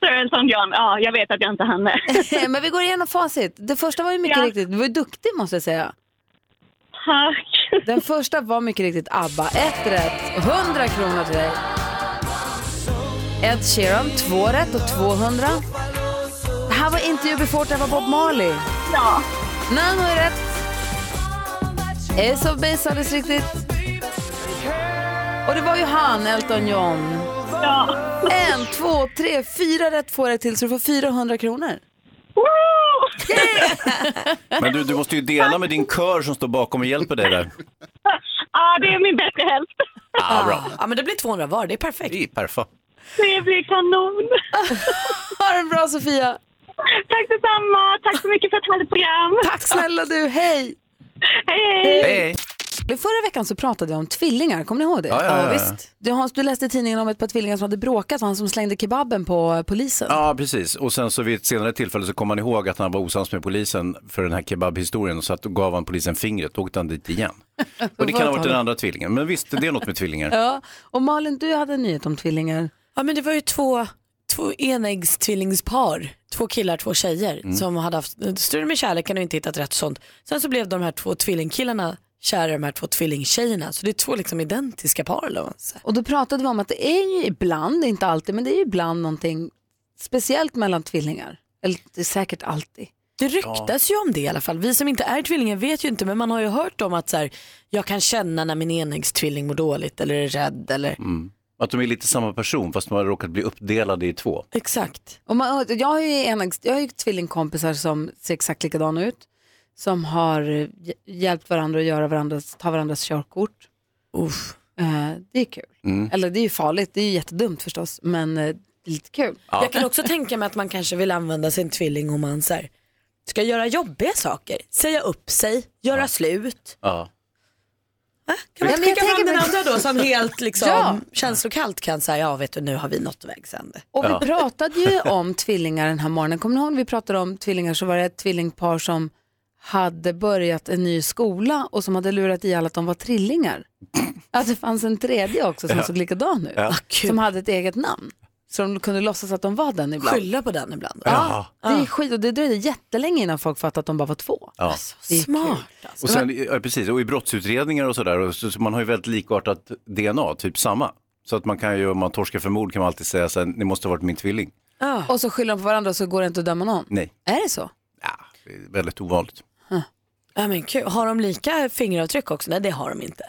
Speaker 4: Sir Elton John. Ja, jag vet att jag inte hann med.
Speaker 1: Men vi går igenom facit. Det första var ju mycket riktigt. Du var ju duktig måste jag säga.
Speaker 4: Tack.
Speaker 1: Den första var mycket riktigt ABBA. Ett rätt, 100 kronor till dig. Ed Sheeran, två rätt och 200. Det här var inte You before, det här var Bob Marley.
Speaker 4: Ja.
Speaker 1: Nano är rätt. Ace of Base alldeles riktigt. Och det var ju han, Elton John.
Speaker 4: Ja.
Speaker 1: En, två, tre, fyra rätt får jag till så du får 400 kronor.
Speaker 3: Men du, du måste ju dela med din kör som står bakom och hjälper dig där.
Speaker 4: Ja, det är min bättre hälft.
Speaker 3: Ah, bra.
Speaker 5: Ja, men det blir 200 var, det är perfekt.
Speaker 3: Det är perfekt.
Speaker 4: Det blir kanon.
Speaker 1: ha det bra Sofia.
Speaker 4: Tack detsamma. Tack så mycket för ett härligt program.
Speaker 1: Tack snälla du, hej.
Speaker 4: Hej,
Speaker 1: Du, Förra veckan så pratade vi om tvillingar, kommer ni ihåg det?
Speaker 3: Ja, ja, ja, ja.
Speaker 1: Du, Hans, du läste i tidningen om ett par tvillingar som hade bråkat, han som slängde kebaben på eh, polisen.
Speaker 3: Ja, precis. Och sen så vid ett senare tillfälle så kom han ihåg att han var osams med polisen för den här kebabhistorien. Så att då gav han polisen fingret, då åkte han dit igen. Och det kan ha varit den andra tvillingen. Men visst, det är något med tvillingar.
Speaker 1: Ja, och Malin, du hade en nyhet om tvillingar.
Speaker 5: Ja men det var ju två, två enäggstillingspar, två killar, två tjejer
Speaker 3: Mm.
Speaker 5: som hade haft strul med kärleken och inte hittat rätt och sånt. Sen så blev de här två tvillingkillarna kära i de här två tvillingtjejerna. Så det är två liksom identiska par. Eller vad man säger.
Speaker 1: Och då pratade vi om att det är ju ibland, inte alltid, men det är ju ibland någonting speciellt mellan tvillingar. Eller det är säkert alltid.
Speaker 5: Det ryktas ju om det i alla fall. Vi som inte är tvillingar vet ju inte men man har ju hört om att så här, jag kan känna när min enäggstvilling mår dåligt eller är rädd eller
Speaker 3: Mm. Att de är lite samma person fast de har råkat bli uppdelade i två.
Speaker 5: Exakt.
Speaker 1: Och man, och jag har ju, en, jag har ju tvillingkompisar som ser exakt likadana ut. Som har eh, hj- hjälpt varandra att göra varandras, ta varandras körkort.
Speaker 5: Uff.
Speaker 1: Eh, det är kul.
Speaker 5: Mm.
Speaker 1: Eller det är ju farligt, det är ju jättedumt förstås. Men eh, det är lite kul.
Speaker 5: Jag kan också tänka mig att man kanske vill använda sin tvilling om man så här, ska göra jobbiga saker, säga upp sig, göra slut.
Speaker 3: Ja.
Speaker 5: Kan man
Speaker 1: Ja,
Speaker 5: inte
Speaker 1: men jag
Speaker 5: skicka fram
Speaker 1: tänker
Speaker 5: den
Speaker 1: mig-
Speaker 5: andra då som helt liksom,
Speaker 1: Ja.
Speaker 5: känslokallt kan säga ja vet du nu har vi nått vägs ände.
Speaker 1: Och vi pratade ju om tvillingar den här morgonen. Kommer ni ihåg när vi pratade om tvillingar så var det ett tvillingpar som hade börjat en ny skola och som hade lurat i alla att de var trillingar. Att det fanns en tredje också som
Speaker 5: Ja.
Speaker 1: såg likadan ut.
Speaker 5: Ja. Ah, kul.
Speaker 1: Som hade ett eget namn. Så de kunde låtsas att de var den ibland.
Speaker 5: Skylla på den ibland.
Speaker 1: Ja.
Speaker 5: Ja.
Speaker 1: Det är skit och det dröjde jättelänge innan folk fattade att de bara var två.
Speaker 3: Ja.
Speaker 1: Det är
Speaker 5: Alltså, Smart.
Speaker 1: kul.
Speaker 3: Och sen, ja, precis, och i brottsutredningar och sådär, och så, så man har ju väldigt likartat DNA, typ samma. Så att man kan ju, om man torskar för mord kan man alltid säga så här, ni måste ha varit min tvilling.
Speaker 1: Och så skyller de på varandra och så går det inte att döma någon.
Speaker 3: Nej,
Speaker 1: Är det så?
Speaker 3: det är väldigt ovanligt.
Speaker 5: Ja, men kul. Har de lika fingeravtryck också? Nej det har de inte.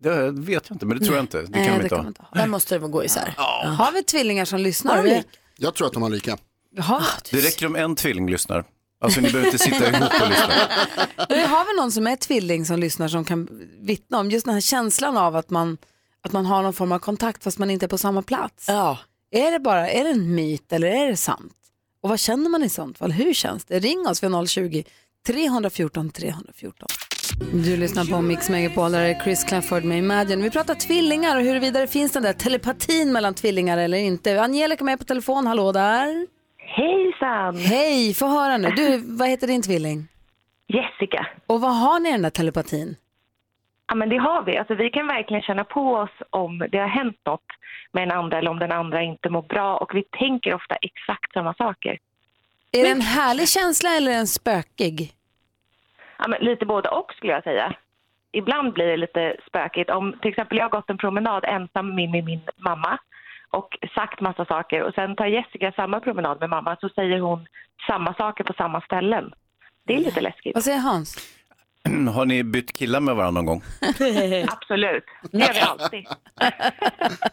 Speaker 3: Det vet jag inte, men det tror jag inte. Det kan
Speaker 1: Nej,
Speaker 3: man
Speaker 1: Eh, det
Speaker 3: inte
Speaker 1: kan
Speaker 3: ha.
Speaker 1: man inte
Speaker 5: Där måste det gå isär.
Speaker 1: Har vi tvillingar som lyssnar?
Speaker 5: Har Ah, de
Speaker 1: Vi-
Speaker 5: lika?
Speaker 14: Jag tror att de har lika.
Speaker 1: Jaha.
Speaker 3: Det räcker om en tvilling lyssnar. Alltså ni behöver inte sitta ihop och lyssna.
Speaker 1: Vi har väl någon som är tvilling som lyssnar som kan vittna om just den här känslan av att man, att man har någon form av kontakt fast man inte är på samma plats.
Speaker 5: Ja.
Speaker 1: Är det bara är det en myt eller är det sant? Och vad känner man i sånt fall? Hur känns det? Ring oss vid 020-314 314. Du lyssnar på Mix Megapol, där är Chris Clafford med Imagine. Vi pratar tvillingar och huruvida det finns den där telepatin mellan tvillingar eller inte. Angelica är med på telefon, hallå där.
Speaker 5: Mm.
Speaker 9: Hejsan!
Speaker 1: Hej, få höra nu. Du, vad heter din tvilling?
Speaker 9: Jessica.
Speaker 1: Och vad har ni i den där telepatin?
Speaker 9: Ja, men det har vi. Alltså, vi kan verkligen känna på oss om det har hänt något med den andra eller om den andra inte mår bra och vi tänker ofta exakt samma saker.
Speaker 1: Är det en härlig känsla eller en spökig?
Speaker 9: Ja, men lite både och skulle jag säga. Ibland blir det lite spökigt. Om till exempel jag har gått en promenad ensam med min, min mamma och sagt massa saker och sen tar Jessica samma promenad med mamma så säger hon samma saker på samma ställen. Det är lite läskigt.
Speaker 1: Vad säger Hans?
Speaker 3: Har ni bytt killar med varandra någon gång?
Speaker 9: Absolut, det gör vi alltid.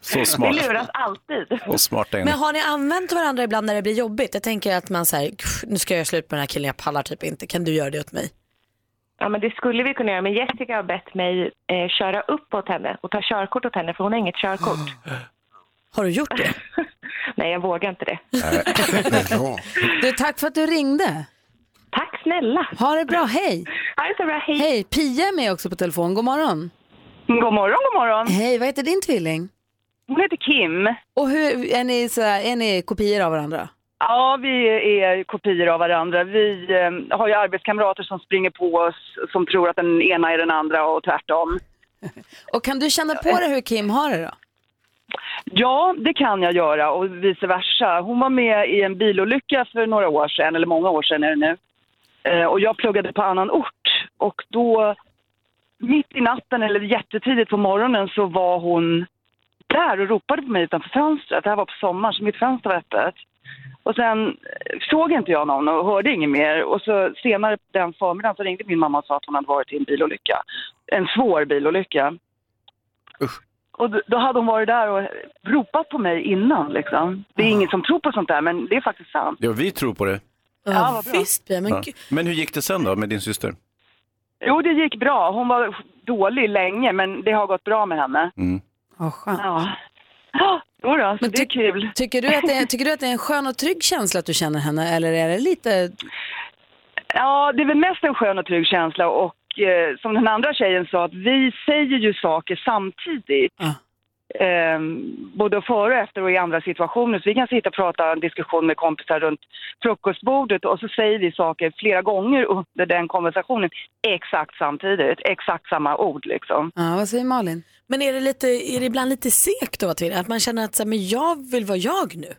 Speaker 3: Så smart.
Speaker 5: Vi luras
Speaker 9: alltid.
Speaker 3: Och smarta är ni.
Speaker 5: Men har ni använt varandra ibland när det blir jobbigt? Jag tänker att man säger nu ska jag göra slut med den här killen, jag pallar typ inte, kan du göra det åt mig?
Speaker 9: Ja, men det skulle vi kunna göra, men Jessica har bett mig eh, köra upp åt henne och ta körkort åt henne, för hon har inget körkort.
Speaker 5: Har du gjort det?
Speaker 9: Nej, jag vågar inte det.
Speaker 1: Du, tack för att du ringde.
Speaker 9: Tack snälla.
Speaker 1: Ha det bra, hej.
Speaker 9: Ha det så bra, hej.
Speaker 1: Hej, Pia är med också på telefon. God morgon.
Speaker 15: God morgon, god morgon.
Speaker 1: Hej, vad heter din tvilling?
Speaker 15: Hon heter Kim.
Speaker 1: Och hur, är, ni så här, är ni kopior av varandra?
Speaker 15: Ja, vi är kopior av varandra. Vi eh, har ju arbetskamrater som springer på oss som tror att den ena är den andra och tvärtom.
Speaker 1: Och kan du känna på dig hur Kim har det då?
Speaker 15: Ja, det kan jag göra och vice versa. Hon var med i en bilolycka för några år sedan, eller många år sedan är det nu. Eh, Och jag pluggade på annan ort och då mitt i natten eller jättetidigt på morgonen så var hon där och ropade på mig utanför fönstret. Det här var på sommaren så mitt fönster var öppet. Och sen eh, såg inte jag någon och hörde inget mer. Och så senare den förmiddagen så ringde min mamma och sa att hon hade varit i en bilolycka. En svår bilolycka. Och då- då hade hon varit där och ropat på mig innan liksom. Det är ingen som tror på sånt där men det är faktiskt sant.
Speaker 3: Ja, vi tror på det.
Speaker 15: Ja, vad bra.
Speaker 5: visst Pia, men
Speaker 3: Ja. Men hur gick det sen då med din syster?
Speaker 15: Jo, det gick bra. Hon var dålig länge, men det har gått bra med henne.
Speaker 3: Mm.
Speaker 1: Vad skönt.
Speaker 15: Ja. Ja, Då, då, så det är kul.
Speaker 1: Tycker du, att det är, tycker du att det är en skön och trygg känsla att du känner henne eller är det lite...
Speaker 15: Ja, det är väl mest en skön och trygg känsla och eh, som den andra tjejen sa, att vi säger ju saker samtidigt. Ehm, både före och efter och i andra situationer. Så vi kan sitta och prata en diskussion med kompisar runt frukostbordet och så säger vi saker flera gånger under den konversationen exakt samtidigt, exakt samma ord liksom.
Speaker 1: Ja, vad säger Malin?
Speaker 5: Men är det, lite, är det ibland lite segt att vara tvilling? Att man känner att så här, men jag vill vara jag nu?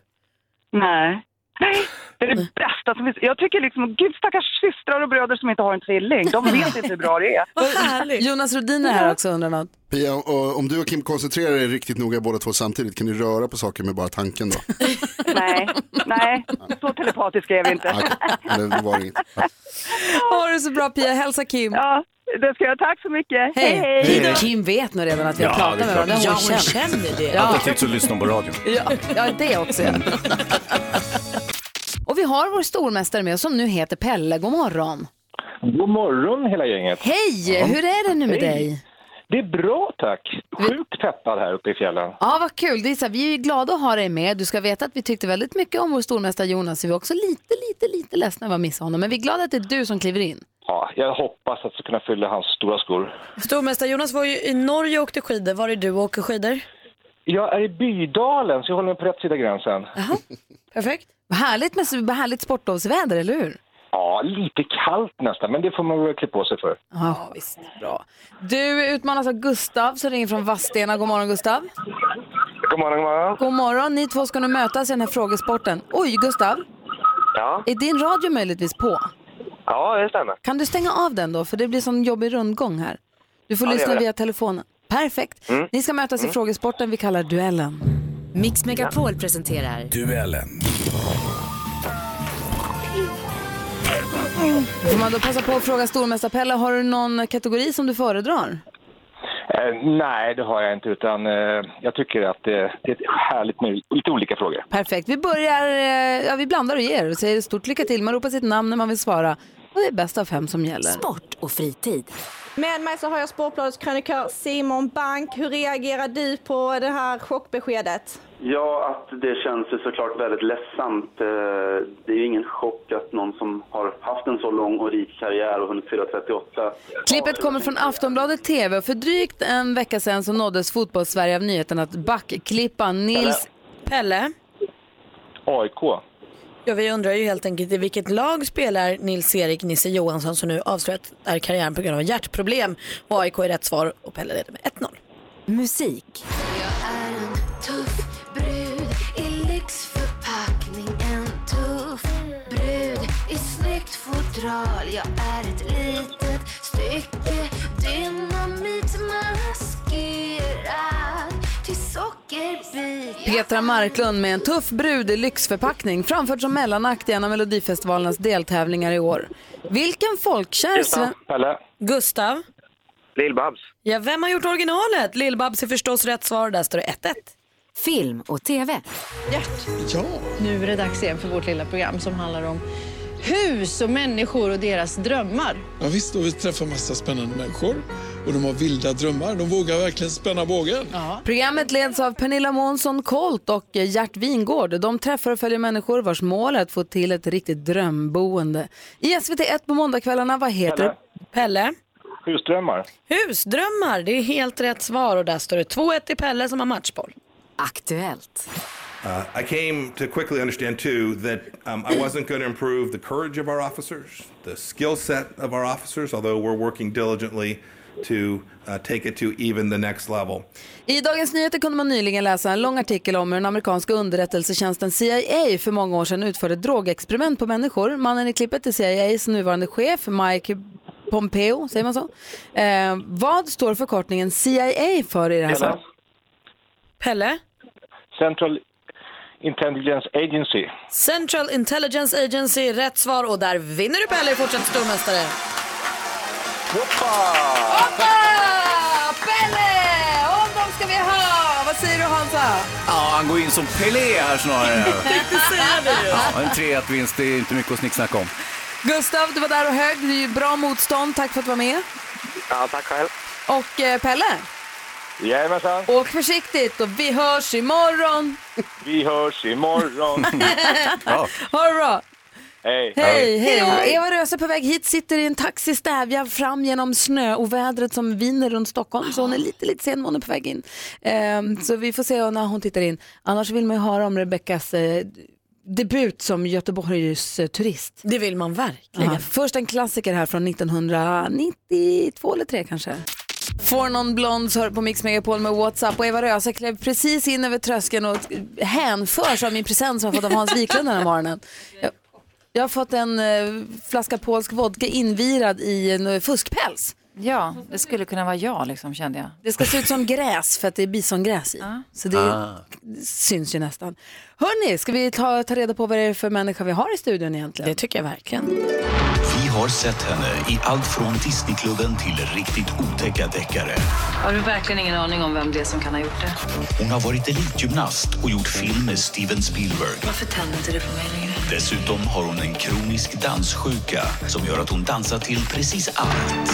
Speaker 15: Nej. Nej, det är det bästa som finns. Jag tycker liksom, gud stackars systrar och bröder som inte har en tvilling. De vet inte hur bra det är.
Speaker 1: Jonas Rodin är här också undrar något.
Speaker 8: Pia, och om du och Kim koncentrerar er riktigt noga båda två samtidigt, kan ni röra på saker med bara tanken då?
Speaker 15: Nej, nej, så telepatiska är vi inte.
Speaker 8: Eller det var inget.
Speaker 1: Ha det så bra Pia, hälsa Kim.
Speaker 15: Ja, det ska jag. Tack så mycket.
Speaker 1: Hej.
Speaker 15: Hej, hej. Hej då.
Speaker 1: Kim vet nog redan att vi har
Speaker 3: Ja, det
Speaker 1: pratat
Speaker 3: är
Speaker 1: med varandra.
Speaker 3: klart. Ja, hon
Speaker 1: känner
Speaker 3: Alternativt så lyssnar hon på radion.
Speaker 1: Ja, ja, det också ja. Och vi har vår stormästare med oss som nu heter Pelle. God morgon.
Speaker 16: God morgon hela gänget.
Speaker 1: Hej, hur är det nu med
Speaker 16: Hej.
Speaker 1: dig?
Speaker 16: Det är bra tack. Sjukt peppad här uppe i fjällen.
Speaker 1: Ja, vad kul. Det är så här, vi är ju glada att ha dig med. Du ska veta att vi tyckte väldigt mycket om vår stormästare Jonas. Vi var också lite, lite, lite ledsna över att missa honom. Men vi är glada att det är du som kliver in.
Speaker 16: Ja, jag hoppas att jag ska kunna fylla hans stora skor.
Speaker 5: Stormästare Jonas var ju i Norge och åkte skidor. Var är du och åker skidor?
Speaker 16: Jag är i Bydalen, så jag håller mig på rätt sida gränsen.
Speaker 5: Perfekt.
Speaker 1: Vad härligt med så- vad härligt sportlovsväder, eller hur?
Speaker 16: Ja, lite kallt nästan, men det får man väl klä på sig för.
Speaker 1: Ja, visst. Bra. Du utmanas av Gustav som ringer från Vadstena. God morgon Gustav.
Speaker 16: God morgon, god morgon.
Speaker 1: God morgon. Ni två ska nu mötas i den här frågesporten. Oj, Gustav.
Speaker 16: Ja,
Speaker 1: Är din radio möjligtvis på?
Speaker 16: ja det stämmer.
Speaker 1: Kan du stänga av den då? För det blir sån jobbig rundgång här. Du får
Speaker 16: Ja, det
Speaker 1: lyssna
Speaker 16: gör jag.
Speaker 1: via telefonen. Perfekt.
Speaker 16: Mm.
Speaker 1: Ni ska mötas i
Speaker 16: Mm.
Speaker 1: frågesporten vi kallar duellen.
Speaker 12: Mix Megapol presenterar
Speaker 17: Duellen.
Speaker 1: Får man då passa på att fråga stormästare Pelle, har du någon kategori som du föredrar?
Speaker 16: Eh, nej, det har jag inte, utan eh, jag tycker att det, det är ett härligt med lite olika frågor.
Speaker 1: Perfekt. Vi börjar, eh, ja vi blandar och ger och säger stort lycka till. Man ropar sitt namn när man vill svara och det är bäst av fem som gäller. Sport och fritid.
Speaker 18: Med mig så har jag Sportbladets krönikör Simon Bank. Hur reagerar du på det här chockbeskedet?
Speaker 19: Ja, att det känns ju såklart väldigt ledsamt. Eh, Det är ju ingen chock att någon som har haft en så lång och rik karriär och hunnit fylla 38...
Speaker 1: Klippet kommer från Aftonbladet TV. För drygt en vecka sedan så nåddes fotbollssverige av nyheten att backklippa Nils...
Speaker 5: Pelle,
Speaker 16: AIK.
Speaker 5: ja, vi undrar ju helt enkelt i vilket lag spelar Nils-Erik Nisse Johansson som nu avslutat är karriären på grund av hjärtproblem. Och AIK är rätt svar och Pelle leder med 1-0.
Speaker 12: musik.
Speaker 20: Jag är en tuff brud i lyxförpackning En tuff brud i snyggt fodral Jag är ett litet stycke dynamit maskerad till sockerbit
Speaker 1: Petra Marklund med en tuff brud i lyxförpackning framfört som mellanakt i en av Melodifestivalens deltävlingar i år. Vilken folkkär
Speaker 5: Alltså-
Speaker 1: sven...
Speaker 16: Pelle.
Speaker 5: Gustav,
Speaker 16: Lill-Babs.
Speaker 5: ja, vem har gjort originalet? Lill-Babs är förstås rätt svar. Där står det 1-1.
Speaker 12: Film och TV.
Speaker 21: Ja. Nu är det dags igen för vårt lilla program som handlar om hus och människor och deras drömmar.
Speaker 17: Ja, visst, och vi träffar massa spännande människor och de har vilda drömmar. De vågar verkligen spänna bågen.
Speaker 1: Programmet leds av Pernilla Månsson Colt och eh, Gert Wingård. De träffar och följer människor vars mål är att få till ett riktigt drömboende. I SVT1 på måndagskvällarna, vad heter det?
Speaker 5: Pelle.
Speaker 16: Husdrömmar.
Speaker 5: Husdrömmar, det är helt rätt svar och där står det 2-1 till Pelle som har matchboll.
Speaker 12: Aktuellt.
Speaker 22: Uh, I came to quickly understand, too, that um, I wasn't going to improve the courage of our officers, the skill set of our officers, although we're working diligently to uh, take it to even the next level.
Speaker 1: I Dagens Nyheter kunde man nyligen läsa en lång artikel om hur den amerikanska underrättelsetjänsten CIA för många år sedan utförde drogexperiment på människor. Mannen i klippet är CIAs nuvarande chef Mike Pompeo, säger man så? Eh, vad står förkortningen CIA för i det här
Speaker 16: Tjena.
Speaker 1: fallet? Pelle?
Speaker 16: Central Intelligence Agency.
Speaker 11: Central Intelligence Agency, rätt svar och där vinner du Pelle i fortsatt stormästare.
Speaker 1: Ah, Pelle! Honom ska vi ha! Vad säger du Hansa?
Speaker 3: Ja, han går in som Pelé här snarare.
Speaker 1: Tänkte säga det
Speaker 3: Ja, en 3-1 vinst, det är inte mycket att snicksnacka om.
Speaker 1: Gustav, du var där och högg. Det är ju bra motstånd. Tack för att du var med.
Speaker 16: Ja, tack själv.
Speaker 1: Och eh, Pelle,
Speaker 16: Jajamensan.
Speaker 1: åk försiktigt och vi hörs imorgon.
Speaker 16: Vi hörs imorgon.
Speaker 3: ja.
Speaker 1: Ha det bra.
Speaker 16: Hej.
Speaker 1: Hej, hej. Eva Röse på väg hit sitter i en taxi stävja fram genom snöovädret som viner runt Stockholm. Så hon är lite, lite sen, men hon är på väg in. Ehm, så vi får se när hon tittar in. Annars vill man ju höra om Rebeckas eh, debut som Göteborgs eh, turist.
Speaker 11: Det vill man verkligen.
Speaker 1: Först en klassiker här från 1992 eller 3 kanske. Får någon blonds hör på Mix Megapol med WhatsApp och Eva Röse klev precis in över tröskeln och hänförs av min present som jag fått av Hans Wiklund den här morgonen. Jag, jag har fått en eh, flaska polsk vodka invirad i en eh, fuskpäls.
Speaker 23: Ja, det skulle kunna vara jag liksom kände jag.
Speaker 1: Det ska se ut som gräs för att det är bisongräs i. Så det
Speaker 23: Ah.
Speaker 1: syns ju nästan. Hörni, ska vi ta, ta reda på vad det är för människa vi har i studion egentligen? Det
Speaker 11: tycker jag verkligen.
Speaker 24: Vi har sett henne uh, i allt från Disneyklubben till riktigt otäcka deckare.
Speaker 23: Har du verkligen ingen aning om vem det är som kan ha gjort det?
Speaker 24: Hon har varit elitgymnast och gjort film med Steven Spielberg.
Speaker 23: Varför tänder inte du på mig längre?
Speaker 24: Dessutom har hon en kronisk danssjuka som gör att hon dansar till precis allt.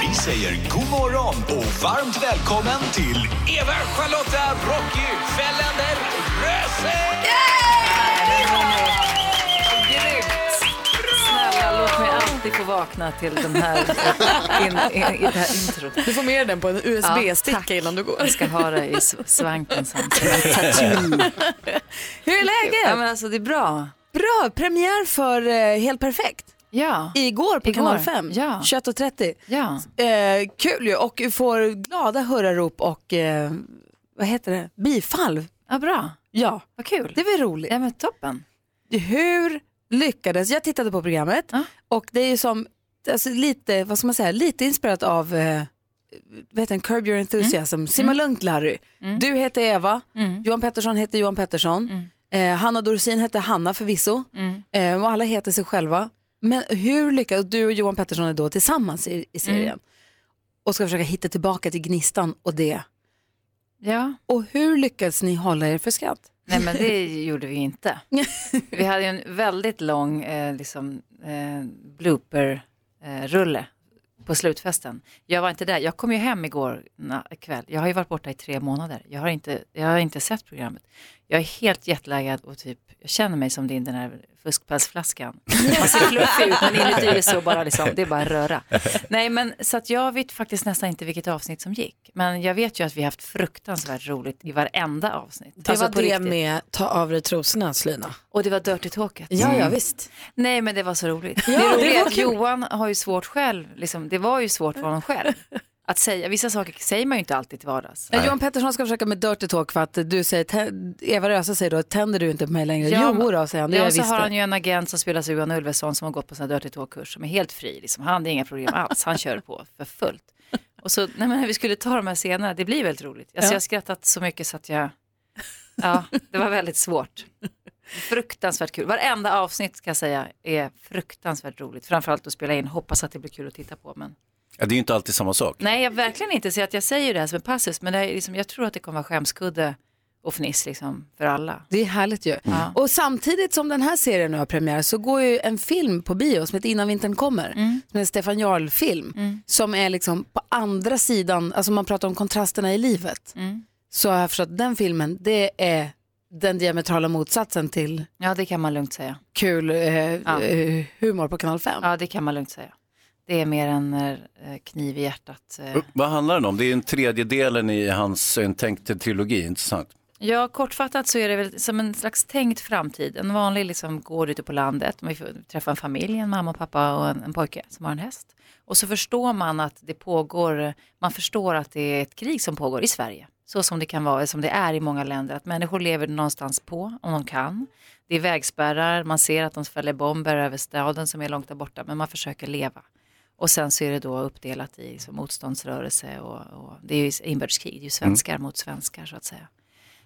Speaker 24: Vi säger god morgon och varmt välkommen till Eva Charlotta Rocky Fellander Röse!
Speaker 23: Snälla, låt mig alltid få vakna till den här, eh, in, in, i det här introt.
Speaker 11: Du får med den på en USB-sticka
Speaker 23: tack.
Speaker 11: innan du går.
Speaker 23: Jag ska ha det i s- svanken sen.
Speaker 1: Hur är läget?
Speaker 23: Ja, men alltså, det är bra.
Speaker 1: Bra, premiär för eh, Helt Perfekt.
Speaker 23: Ja.
Speaker 1: Igår på
Speaker 23: Igår.
Speaker 1: Kanal 5,
Speaker 23: Ja.
Speaker 1: 21.30.
Speaker 23: Ja.
Speaker 1: Eh, kul ju, och får glada hurrarop och eh, vad heter det? bifall.
Speaker 23: Ja, bra.
Speaker 1: Ja.
Speaker 23: Vad kul.
Speaker 1: Det var roligt. Ja,
Speaker 23: men toppen.
Speaker 1: Hur lyckades, jag tittade på programmet och det är ju som, alltså lite, vad ska man säga, lite inspirerat av eh, vet en Curb Your Enthusiasm,
Speaker 23: Mm.
Speaker 1: Simma lugnt Larry. Du heter Eva, Johan Pettersson heter Johan
Speaker 23: Mm.
Speaker 1: Pettersson, eh, Hanna Dorsin heter Hanna förvisso eh, och alla heter sig själva. Men hur lyckades, och du och Johan Pettersson är då tillsammans i, i serien
Speaker 23: Mm.
Speaker 1: och ska försöka hitta tillbaka till gnistan och det.
Speaker 23: Ja.
Speaker 1: Och hur lyckades ni hålla er för skratt?
Speaker 23: Nej, men det gjorde vi inte. Vi hade ju en väldigt lång eh, liksom, eh, blooper-rulle på slutfesten. Jag var inte där. Jag kom ju hem igår na- kväll. Jag har ju varit borta i tre månader. Jag har inte, jag har inte sett programmet. Jag är helt jetlaggad och typ, jag känner mig som din den här fuskpälsflaskan. Man ser fluffig ut men inuti är så bara liksom, det är bara röra. Nej men så att jag vet faktiskt nästan inte vilket avsnitt som gick. Men jag vet ju att vi har haft fruktansvärt roligt i varenda avsnitt.
Speaker 11: Det
Speaker 23: Alltså,
Speaker 11: var
Speaker 23: på
Speaker 11: det
Speaker 23: riktigt.
Speaker 11: med ta av dig trosorna, Slina.
Speaker 23: Och det var Dirty Talket.
Speaker 11: Ja, ja, visst.
Speaker 23: Nej, men det var så roligt.
Speaker 11: Ja,
Speaker 23: det roliga
Speaker 11: det
Speaker 23: är
Speaker 11: var
Speaker 23: att
Speaker 11: kul.
Speaker 23: Johan har ju svårt själv, liksom, det var ju svårt för honom själv. Att säga, vissa saker säger man ju inte alltid till vardags.
Speaker 1: Ja, Eh, Johan Pettersson ska försöka med dirty talk för att du säger, tä- Eva Röse säger då, tänder du inte på mig längre?
Speaker 23: Ja,
Speaker 1: jo, då, säger han, det
Speaker 23: ja,
Speaker 1: gör jag
Speaker 23: och så
Speaker 1: visst
Speaker 23: har
Speaker 1: det.
Speaker 23: han ju en agent som spelas av Johan Ulveson som har gått på sån här Dirty Talk-kurs som är helt fri. Liksom. Han hade inga problem alls, han kör på för fullt. Och så, nej men vi skulle ta de här scenerna, det blir väldigt roligt. Alltså,
Speaker 1: Ja.
Speaker 23: Jag har skrattat så mycket så att jag, ja, det var väldigt svårt. Fruktansvärt kul. Varenda avsnitt ska jag säga är fruktansvärt roligt. Framförallt att spela in, hoppas att det blir kul att titta på. Men...
Speaker 3: Ja, det är ju inte alltid samma sak.
Speaker 23: Nej, jag verkligen inte. Så att jag säger det här som en passus, men det är liksom, jag tror att det kommer vara skämskudde och fniss liksom, för alla.
Speaker 1: Det är härligt ju. Och samtidigt som den här serien nu har premiär så går ju en film på bio som heter Innan vintern kommer.
Speaker 23: Mm.
Speaker 1: Som är en Stefan Jarl-film.
Speaker 5: Mm.
Speaker 1: Som är liksom på andra sidan, alltså man pratar om kontrasterna i livet.
Speaker 5: Mm.
Speaker 1: Så har jag förstått att den filmen, det är den diametrala motsatsen till
Speaker 23: Ja, det kan man lugnt säga.
Speaker 1: kul eh,
Speaker 23: Ja.
Speaker 1: eh, humor på Kanal 5.
Speaker 23: Ja, det kan man lugnt säga. Det är mer en eh, kniv i hjärtat. eh.
Speaker 3: Vad handlar den om? Det är en tredjedelen i hans en tänkt trilogi, intressant.
Speaker 23: Ja, kortfattat så är det väl som en slags tänkt framtid. En vanlig liksom går ute på landet, man får träffa en familj, en mamma och pappa och en, en pojke som har en häst. Och så förstår man att det pågår, man förstår att det är ett krig som pågår i Sverige. Så som det kan vara, som det är i många länder, att människor lever någonstans på om de kan. Det är vägspärrar, man ser att de fäller bomber över staden som är långt där borta, men man försöker leva. Och sen så är det då uppdelat i liksom, motståndsrörelse och, och det är ju inbördeskrig, det är ju svenskar mot svenskar så att säga.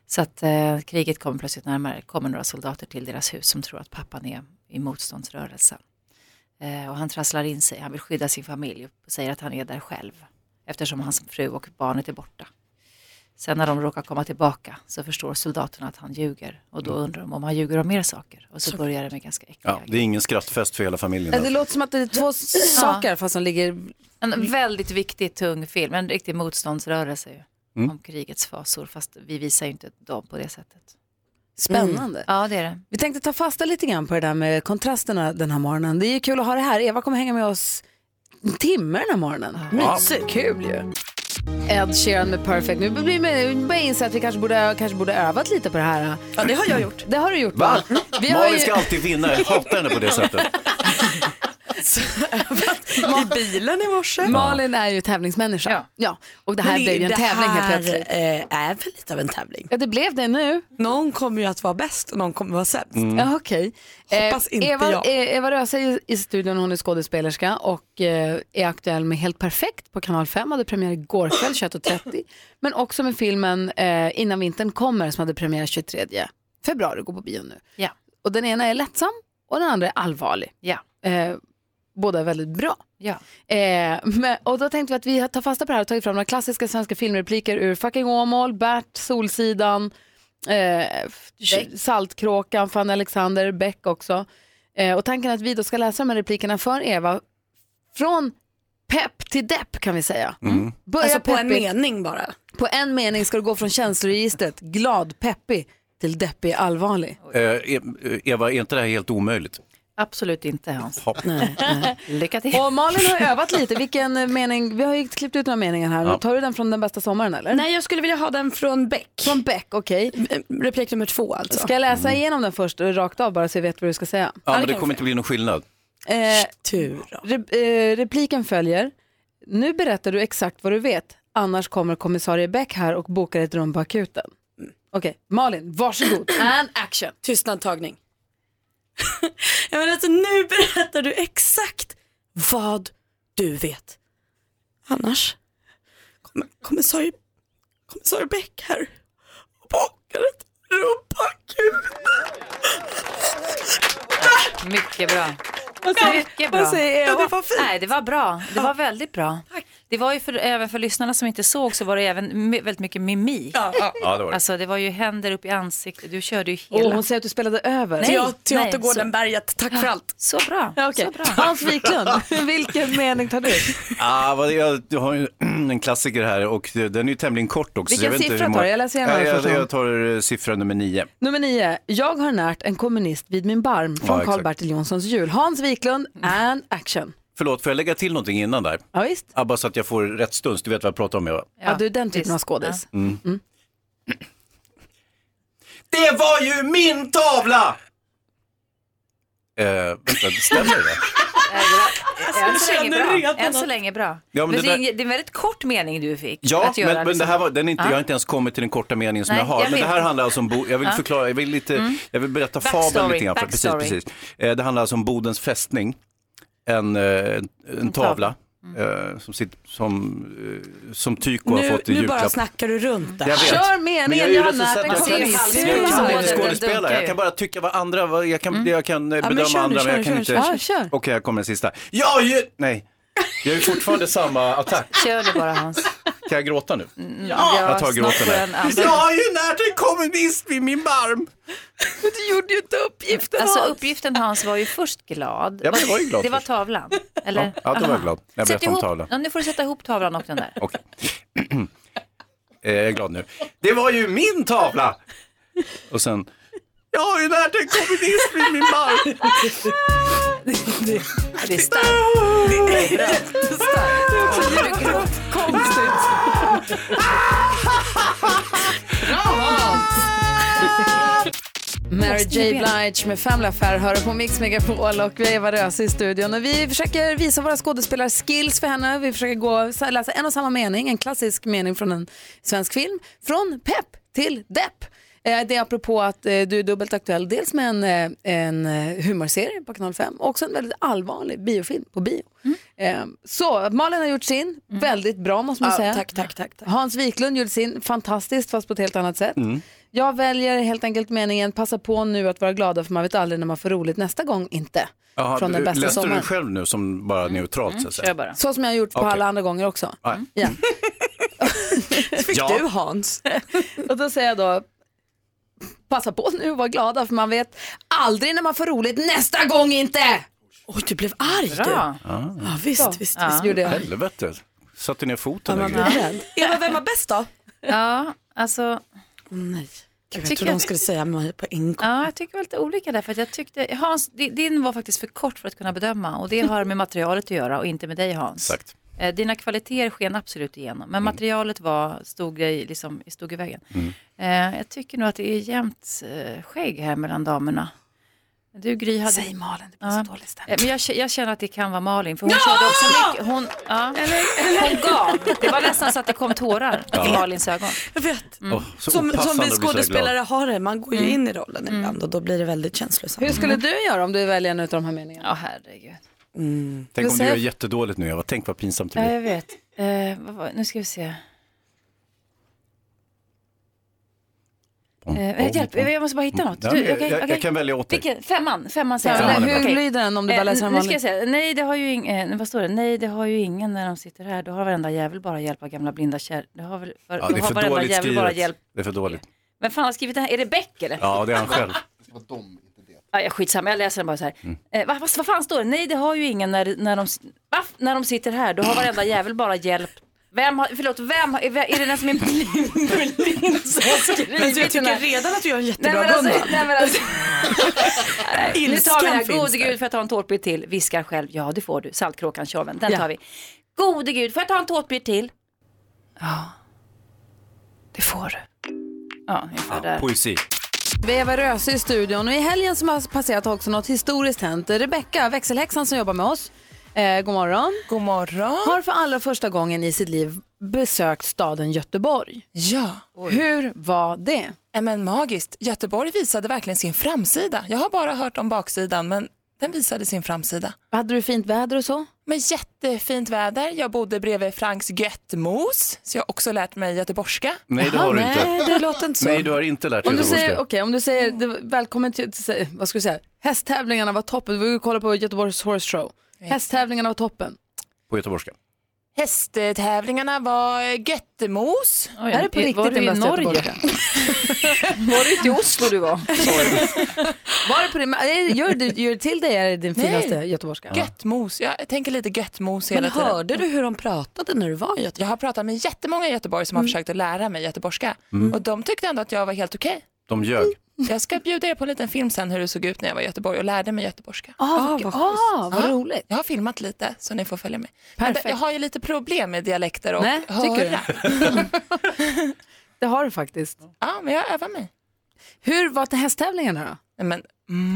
Speaker 23: Så att eh, kriget kommer plötsligt närmare, Det kommer några soldater till deras hus som tror att pappan är i motståndsrörelsen. Eh, och han trasslar in sig, han vill skydda sin familj och säger att han är där själv eftersom hans fru och barnet är borta. Sen när de råkar komma tillbaka så förstår soldaterna att han ljuger och då undrar de om han ljuger om mer saker och så börjar det med ganska äckliga
Speaker 3: Ja, det är ingen skrattfest för hela familjen.
Speaker 1: Det låter som att det är två saker fast som ligger...
Speaker 23: En väldigt viktig, tung film, en riktig motståndsrörelse ju,
Speaker 1: Mm.
Speaker 23: om krigets fasor, fast vi visar ju inte dem på det sättet. Mm.
Speaker 1: Spännande.
Speaker 23: Ja, det är det.
Speaker 1: Vi tänkte ta fasta lite grann på det där med kontrasterna den här morgonen. Det är ju kul att ha det här. Eva kommer hänga med oss en timme den här morgonen.
Speaker 23: Ja.
Speaker 1: Mysigt. Kul ju. Ed Sheeran med Perfect. Nu blir vi nu börjar jag inse att vi kanske borde, kanske borde övat lite på det här. Ja, det har jag gjort. Det har du gjort.
Speaker 3: Va?
Speaker 1: Vi har ju-
Speaker 3: Malin ska alltid vinna, jag hatar henne på det sättet.
Speaker 1: I bilen i morse. Malin är ju tävlingsmänniska. Ja. Och det här
Speaker 5: Men
Speaker 1: blev ju en
Speaker 5: det
Speaker 1: tävling helt
Speaker 5: här,
Speaker 1: plötsligt.
Speaker 5: eh, är väl lite av en tävling.
Speaker 1: Ja, det blev det nu.
Speaker 5: Någon kommer ju att vara bäst och någon kommer vara sämst.
Speaker 25: Mm.
Speaker 1: Ja, okej.
Speaker 5: Mm. Hoppas inte
Speaker 1: Eva,
Speaker 5: jag.
Speaker 1: eh, Eva Röse är i studion, hon är skådespelerska och eh, är aktuell med Helt perfekt på Kanal 5, hade premiär igår kväll 21.30. Men också med filmen eh, Innan vintern kommer som hade premiär 23 februari, går på bio nu.
Speaker 23: Ja.
Speaker 1: Och den ena är lättsam och den andra är allvarlig.
Speaker 23: Ja.
Speaker 1: Eh, båda är väldigt bra.
Speaker 23: Ja.
Speaker 1: Eh, men, och då tänkte vi att vi tar fasta på det här och tagit fram några klassiska svenska filmrepliker ur Fucking Åmål, Bert, Solsidan, eh, f- Saltkråkan, Fanny Alexander, Beck också. Eh, och tanken är att vi då ska läsa de här replikerna för Eva från pepp till depp kan vi säga. Mm. Börja
Speaker 5: Alltså på en
Speaker 1: peppigt.
Speaker 5: mening bara.
Speaker 1: På en mening ska du gå från känsloregistret glad, peppig till deppig, allvarlig.
Speaker 3: Eh, E- Eva, är inte det här helt omöjligt?
Speaker 23: Absolut inte Hans.
Speaker 3: Hopp.
Speaker 23: Lycka till.
Speaker 1: Och Malin har ju övat lite. Vilken eh, mening, vi har ju klippt ut några meningar här.
Speaker 3: Ja.
Speaker 1: Tar du den från den bästa sommaren eller?
Speaker 5: Nej, jag skulle vilja ha den från Beck.
Speaker 1: Mm.
Speaker 5: Eh,
Speaker 1: Från Beck, okej.
Speaker 5: Replik nummer två alltså.
Speaker 1: Ska jag läsa igenom den först eh, rakt av bara så jag vet vad du ska säga?
Speaker 3: Ja, men det kommer inte bli någon skillnad.
Speaker 1: Eh, re- eh, repliken följer. Nu berättar du exakt vad du vet, annars kommer kommissarie Beck här och bokar ett rum på akuten. Okej, Malin, varsågod. And action.
Speaker 5: Tystnadtagning. jag menar alltså nu berättar du exakt vad du vet. Annars kommer kommissarie, kommissarie Beck här och bakar ett rum på
Speaker 23: Mycket bra.
Speaker 1: Vad säger-
Speaker 23: Mycket
Speaker 1: vad
Speaker 23: bra.
Speaker 1: säger Eva?
Speaker 23: det var fint. Nej, det var bra. Det var väldigt bra. Det var ju för, även för lyssnarna som inte såg så var det även my- väldigt mycket mimik.
Speaker 5: ja.
Speaker 3: Ja, det var det.
Speaker 23: Alltså det var ju händer upp i ansiktet. Du körde ju hela.
Speaker 1: Och hon säger att du spelade över.
Speaker 5: Berget, tack för allt.
Speaker 23: Så bra.
Speaker 1: Okej. Hans Wiklund, vilken mening tar du?
Speaker 3: Ah, vad, jag, jag har ju en klassiker här och det- den är ju tämligen kort också. så
Speaker 1: Vilken
Speaker 3: jag vet inte
Speaker 1: siffra
Speaker 3: hur många-
Speaker 1: tar du? Jag läser gärna
Speaker 3: Ja,
Speaker 1: den
Speaker 3: jag,
Speaker 1: första.
Speaker 3: jag tar eh, siffra nummer nio.
Speaker 1: Nummer nio, jag har närt en kommunist vid min barm från
Speaker 3: Ja, exakt.
Speaker 1: Karl-Bertil Jonssons jul. Hans Wiklund,
Speaker 23: Mm.
Speaker 1: and action.
Speaker 3: Förlåt, får jag lägga till någonting innan där?
Speaker 1: Ja, visst.
Speaker 3: Ah, bara så att jag får rätt stuns, du vet vad jag pratar om Eva?
Speaker 1: Ja, du är den typen av skådis.
Speaker 3: Mm. Det var ju min tavla! Eh, vänta, stämmer det?
Speaker 23: Än så
Speaker 5: Jag
Speaker 23: länge
Speaker 5: Alltså, känner
Speaker 23: bra.
Speaker 5: redan
Speaker 23: Än så
Speaker 5: att-
Speaker 23: länge bra.
Speaker 3: Ja, men
Speaker 23: men
Speaker 3: det
Speaker 23: det,
Speaker 3: där-
Speaker 23: är, det är en väldigt kort mening du fick.
Speaker 3: Ja,
Speaker 23: att göra,
Speaker 3: men, men det
Speaker 23: liksom.
Speaker 3: här var, den är inte,
Speaker 23: Ja.
Speaker 3: jag har inte ens kommit till den korta meningen som
Speaker 23: Nej,
Speaker 3: jag har.
Speaker 23: jag
Speaker 3: men det
Speaker 23: vet.
Speaker 3: här handlar alltså om, Bo, jag vill
Speaker 23: Ja.
Speaker 3: förklara, jag vill, lite,
Speaker 23: Mm.
Speaker 3: jag vill berätta
Speaker 23: Backstory,
Speaker 3: fabeln lite grann. För, precis,
Speaker 23: backstory.
Speaker 3: precis. Eh, det handlar alltså om Bodens fästning, en, eh, en, en tavla. eh, Som, sitt, som, eh, som Tyko har fått i
Speaker 5: Nu, nu bara
Speaker 3: julklapp.
Speaker 5: snackar du runt
Speaker 3: Jag
Speaker 5: där.
Speaker 3: vet. Men jag är ju recensen- jag kan- Jag kan inte skådespela, jag kan bara tycka vad andra, vad- jag kan, jag kan eh,
Speaker 5: Ja, men
Speaker 3: bedöma
Speaker 5: kör nu,
Speaker 3: andra men
Speaker 5: kör,
Speaker 3: jag kan
Speaker 5: kör,
Speaker 3: inte.
Speaker 5: kör,
Speaker 1: kör.
Speaker 3: Okej, här kommer den sista. Ja, ju... Nej, jag är ju fortfarande samma attack.
Speaker 23: Kör det bara Hans.
Speaker 3: Kan jag gråta nu?
Speaker 23: Ja,
Speaker 3: jag tar
Speaker 23: snart
Speaker 3: gråten
Speaker 23: får
Speaker 3: här.
Speaker 23: en annan.
Speaker 3: Jag har ju närt en kommunist vid min barm.
Speaker 1: Men du gjorde ju inte uppgiften
Speaker 23: Alltså
Speaker 1: Hans.
Speaker 23: uppgiften Hans var ju först glad.
Speaker 3: Ja, men jag var ju glad
Speaker 23: Det var
Speaker 3: först.
Speaker 23: tavlan, eller?
Speaker 3: Ja, då var jag
Speaker 23: Aha.
Speaker 3: glad. Jag
Speaker 23: Sätt
Speaker 3: berättade om
Speaker 23: ihop-
Speaker 3: tavlan.
Speaker 23: Ja, nu får du sätta ihop tavlan och den där.
Speaker 3: Okej. Eh, jag är glad nu. Det var ju min tavla! Och sen, Jag har ju lärt en kommunism i min barm.
Speaker 23: Det är starkt. Det är starkt. Nu är det gråt.
Speaker 1: Bra Hans!
Speaker 5: Mm.
Speaker 1: Mary J. Blige med Family Affair hör på Mix Megapol och vi är Eva Röse i studion. Och vi försöker visa våra skådespelarskills för henne. Vi försöker gå, läsa en och samma mening, en klassisk mening från en svensk film. Från pepp till depp. Eh, Det är apropå att eh, du är dubbelt aktuell. Dels med en, eh, en eh, humorserie på Kanal 5 och också en väldigt allvarlig biofilm på bio.
Speaker 5: Mm.
Speaker 1: Eh, Så Malin har gjort sin, väldigt bra måste man
Speaker 5: Ja,
Speaker 1: säga.
Speaker 5: tack, tack, tack, tack.
Speaker 1: Hans Wiklund gjorde sin, fantastiskt fast på ett helt annat sätt.
Speaker 5: Mm.
Speaker 1: Jag väljer helt enkelt meningen passa på nu att vara glada för man vet aldrig när man får roligt nästa gång inte.
Speaker 3: Jaha,
Speaker 1: Från den bästa
Speaker 3: läste du
Speaker 1: sommaren.
Speaker 3: den själv nu som bara neutralt så att säga?
Speaker 1: Så som jag har gjort på
Speaker 3: Okej.
Speaker 1: alla andra gånger också.
Speaker 3: Ja.
Speaker 1: Fick
Speaker 3: Ja.
Speaker 1: du Hans? och då säger jag då passa på nu och var glada för man vet aldrig när man får roligt nästa gång inte.
Speaker 5: Oj, du blev arg
Speaker 1: Bra.
Speaker 5: du. Ja, visst, visst, visst.
Speaker 1: gjorde jag.
Speaker 3: Helvete, satte ner foten?
Speaker 5: Ja, man
Speaker 3: där.
Speaker 5: blir rädd. Eva, vem var bäst då?
Speaker 23: Ja, alltså...
Speaker 5: Nej. Gud, jag
Speaker 23: tycker
Speaker 5: trodde hon
Speaker 23: att-
Speaker 5: skulle säga mig på en gång.
Speaker 23: Ja, jag tycker det var lite olika där. För att jag tyckte, Hans, di- din var faktiskt för kort för att kunna bedöma och det har med materialet att göra och inte med dig Hans.
Speaker 3: Exakt.
Speaker 23: Eh, Dina kvaliteter sken absolut igenom, men materialet var, stod, dig liksom, stod i vägen. Eh, jag tycker nog att det är jämnt eh, skägg här mellan damerna. Du Gry hade...
Speaker 1: Säg Malin, det
Speaker 23: blir så dålig stämning. Men jag, k- jag känner att det kan vara Malin, för hon körde också mycket. Hon, ja. hon gav. Det var nästan så att det kom tårar
Speaker 5: Jag
Speaker 23: i
Speaker 5: vet.
Speaker 23: Malins ögon.
Speaker 5: Jag vet.
Speaker 23: Mm.
Speaker 3: Åh, så
Speaker 5: Som, som
Speaker 3: opassande
Speaker 5: vi
Speaker 3: att bli så här
Speaker 5: skådespelare
Speaker 3: glad.
Speaker 5: har det, man går ju in i rollen
Speaker 23: Mm.
Speaker 5: ibland och då blir det väldigt känslosamt.
Speaker 1: Hur skulle du göra om du väljer en av de här meningarna?
Speaker 23: Ja, herregud.
Speaker 5: Mm.
Speaker 3: Tänk om du
Speaker 23: säger-
Speaker 3: gör jättedåligt nu Eva, tänk vad pinsamt det
Speaker 23: Ja,
Speaker 3: blir.
Speaker 23: jag vet. Eh, vad var, nu ska vi se. Eh, hjälp, jag måste bara hitta något.
Speaker 3: Ja,
Speaker 23: Du,
Speaker 3: jag-
Speaker 23: okej,
Speaker 3: jag- jag
Speaker 23: okej.
Speaker 3: kan välja åt dig.
Speaker 23: Vilken? Femman? Femman
Speaker 1: Ja,
Speaker 23: säger
Speaker 1: men hur lyder den om du bara läser den
Speaker 23: Eh, Nu ska jag
Speaker 1: vanligt?
Speaker 23: säga, nej det har ju ingen, eh, vad står det? Nej det har ju ingen när de sitter här. Då har varenda jävel bara hjälp av gamla blinda kärr. Det har, väl- var,
Speaker 3: Ja,
Speaker 23: då
Speaker 3: det är
Speaker 23: har
Speaker 3: för
Speaker 23: varenda
Speaker 3: dåligt
Speaker 23: jävel bara hjälp.
Speaker 3: skrivet. Det är för dåligt.
Speaker 23: Vem fan har skrivit det här? Är det Beck eller?
Speaker 3: Ja, det är han själv. Mm.
Speaker 23: Ja, jag skitsamma, jag läser den bara så här. Eh, vad, vad, vad fan står det? Nej, det har ju ingen när, när, de, va? när de sitter här. Då har varenda jävel bara hjälp. Vem har, förlåt, vem har, är, är det den som är blind, blind som har skrivit
Speaker 5: Men jag
Speaker 23: den här?
Speaker 5: tycker redan att du gör en
Speaker 23: Nej,
Speaker 5: jättebra
Speaker 23: men alltså,
Speaker 5: bundan.
Speaker 23: nej, men alltså. Nej, nu tar vi
Speaker 5: Ilskan
Speaker 23: den här. Gode
Speaker 5: finns där.
Speaker 23: gud, får jag ta en tårtbit till? Viskar själv. Ja, det får du. Saltkråkan, tjorven. Den
Speaker 5: Ja.
Speaker 23: tar vi. Gode gud, får jag ta en tårtbit till? Ja, det får du. Ja, ungefär där.
Speaker 3: Poesi.
Speaker 1: Vi är Eva Röse i studion och i helgen som har passerat har också något historiskt hänt. Rebecka, växelhäxan som jobbar med oss, eh, god morgon.
Speaker 10: God morgon.
Speaker 1: Har för allra första gången i sitt liv besökt staden Göteborg.
Speaker 10: Ja.
Speaker 1: Hur var det?
Speaker 10: Nej, Men magiskt. Göteborg visade verkligen sin framsida. Jag har bara hört om baksidan, men den visade sin framsida.
Speaker 1: Hade du fint väder och så?
Speaker 10: Men jättefint väder. Jag bodde bredvid Franks Göttmos, så jag har också lärt mig göteborgska.
Speaker 3: Nej, det har du inte.
Speaker 1: nej, det låter inte så.
Speaker 3: Nej, du har inte lärt dig
Speaker 1: Om du säger,
Speaker 3: göteborgska.
Speaker 1: okej, om du säger det, välkommen till, till, säg- vad ska vi säga, hästtävlingarna var toppen. Vi kollar på Göteborgs Horse Show. Hästtävlingarna var toppen.
Speaker 3: På göteborgska.
Speaker 10: Hästtävlingarna var Göttmos.
Speaker 1: Oj, Är det på i- riktigt var du den i bästa Norge? göteborgska? Var det inte i Oslo du var? var det på din, är- gör, du, gör det till dig är det din
Speaker 10: Nej.
Speaker 1: finaste göteborgska?
Speaker 10: Göttmos. Jag tänker lite göttmos hela
Speaker 1: Men
Speaker 10: tiden.
Speaker 1: hörde du
Speaker 10: hur de pratade när du var i Göteborg? Jag har pratat med jättemånga i Göteborg som har försökt att lära mig göteborgska.
Speaker 3: Mm.
Speaker 10: Och de tyckte ändå att jag var helt okej.
Speaker 3: De ljög.
Speaker 10: Jag ska bjuda er på en liten film sen hur det såg ut när jag var i Göteborg och lärde mig göteborgska.
Speaker 1: Ah, vad- ah, vad roligt.
Speaker 10: Jag har filmat lite så ni får följa med.
Speaker 1: Perfekt.
Speaker 10: Men jag har ju lite problem med dialekter och
Speaker 1: Nej,
Speaker 10: höra.
Speaker 1: tycker Det har du faktiskt.
Speaker 10: Ja, men jag övar mig.
Speaker 1: Hur var hästtävlingarna då?
Speaker 10: Nej, Men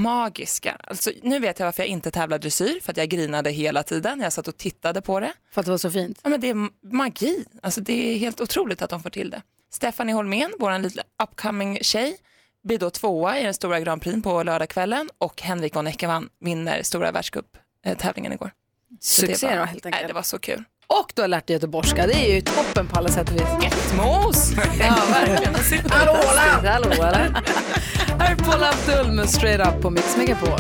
Speaker 10: magiska. Alltså, nu vet jag varför jag inte tävlar dressyr, för att jag grinade hela tiden när jag satt och tittade på det.
Speaker 1: För att det var så fint?
Speaker 10: Ja, men det är m- magi. Alltså, det är helt otroligt att de får till det. Stephanie Holmén, vår lilla upcoming tjej, blir då tvåa i den stora Grand Prix på lördagskvällen och Henrik von Eckermann vinner stora världscuptävlingen igår. Så det
Speaker 1: Succé
Speaker 10: var-
Speaker 1: då, helt enkelt.
Speaker 10: Nej, det var så kul.
Speaker 1: Och du har lärt dig göteborgska, det är ju toppen på alla sätt och vis.
Speaker 10: Mos!
Speaker 1: Ja, verkligen. Hallå, Här är Paul Abdul med Straight Up på Mix Megapol.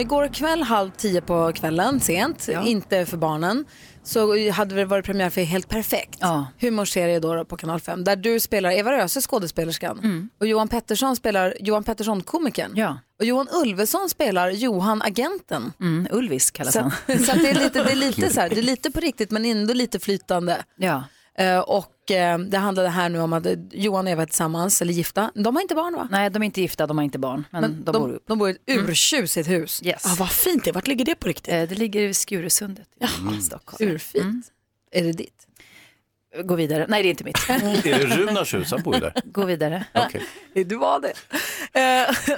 Speaker 1: Igår kväll halv tio på kvällen, sent, inte för barnen, så hade det varit premiär för Helt Perfekt, humorserie då på Kanal 5, där du spelar Eva Röse, skådespelerskan, och Johan Pettersson spelar Johan Pettersson, komikern, och Johan Ulveson spelar Johan, agenten.
Speaker 23: Mm, Ulvis kallas
Speaker 1: Så,
Speaker 23: han.
Speaker 1: så att det, är lite, det, är lite så här, det är lite på riktigt men ändå lite flytande.
Speaker 23: Ja.
Speaker 1: Eh, och eh, det handlade här nu om att eh, Johan och Eva är tillsammans, eller gifta. De har inte barn va?
Speaker 23: Nej, de är inte gifta, de har inte barn. Men, de, bor ihop.
Speaker 1: de bor i ett urtjusigt hus.
Speaker 23: Yes.
Speaker 1: Ah, vad fint det är. Vart ligger det
Speaker 23: Eh,
Speaker 1: på riktigt?
Speaker 23: Det ligger i Skurusundet.
Speaker 1: Urfint. Är det ditt?
Speaker 23: Gå vidare. Nej, det är inte mitt.
Speaker 3: Är det Runars hus? Han bor ju där.
Speaker 23: Gå vidare.
Speaker 3: Okej.
Speaker 1: Du var det.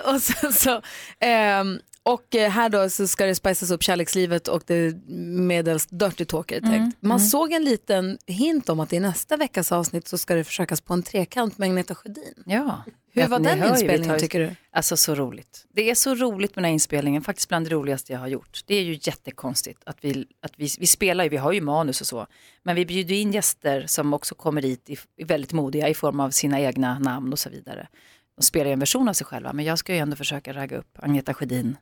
Speaker 1: Eh, och sen så, ehm, och eh, här då så ska det spicas upp kärlekslivet och det medelst Dirty Talk är det tänkt.
Speaker 5: Mm,
Speaker 1: Man
Speaker 5: mm.
Speaker 1: såg en liten hint om att i nästa veckas avsnitt så ska det försökas på en trekant med Agneta Sjödin.
Speaker 23: Ja.
Speaker 1: Hur
Speaker 23: Ja,
Speaker 1: var
Speaker 23: ni
Speaker 1: den
Speaker 23: hör ju, vi
Speaker 1: inspelningen
Speaker 23: tar ju-
Speaker 1: tycker du?
Speaker 23: Alltså så roligt. Det är så roligt med den här inspelningen, faktiskt bland det roligaste jag har gjort. Det är ju jättekonstigt att vi, att vi, vi spelar ju, vi har ju manus och så, men vi bjuder in gäster som också kommer hit i, i väldigt modiga i form av sina egna namn och så vidare. De spelar ju en version av sig själva, men jag ska ju ändå försöka ragga upp Agneta Sjödin.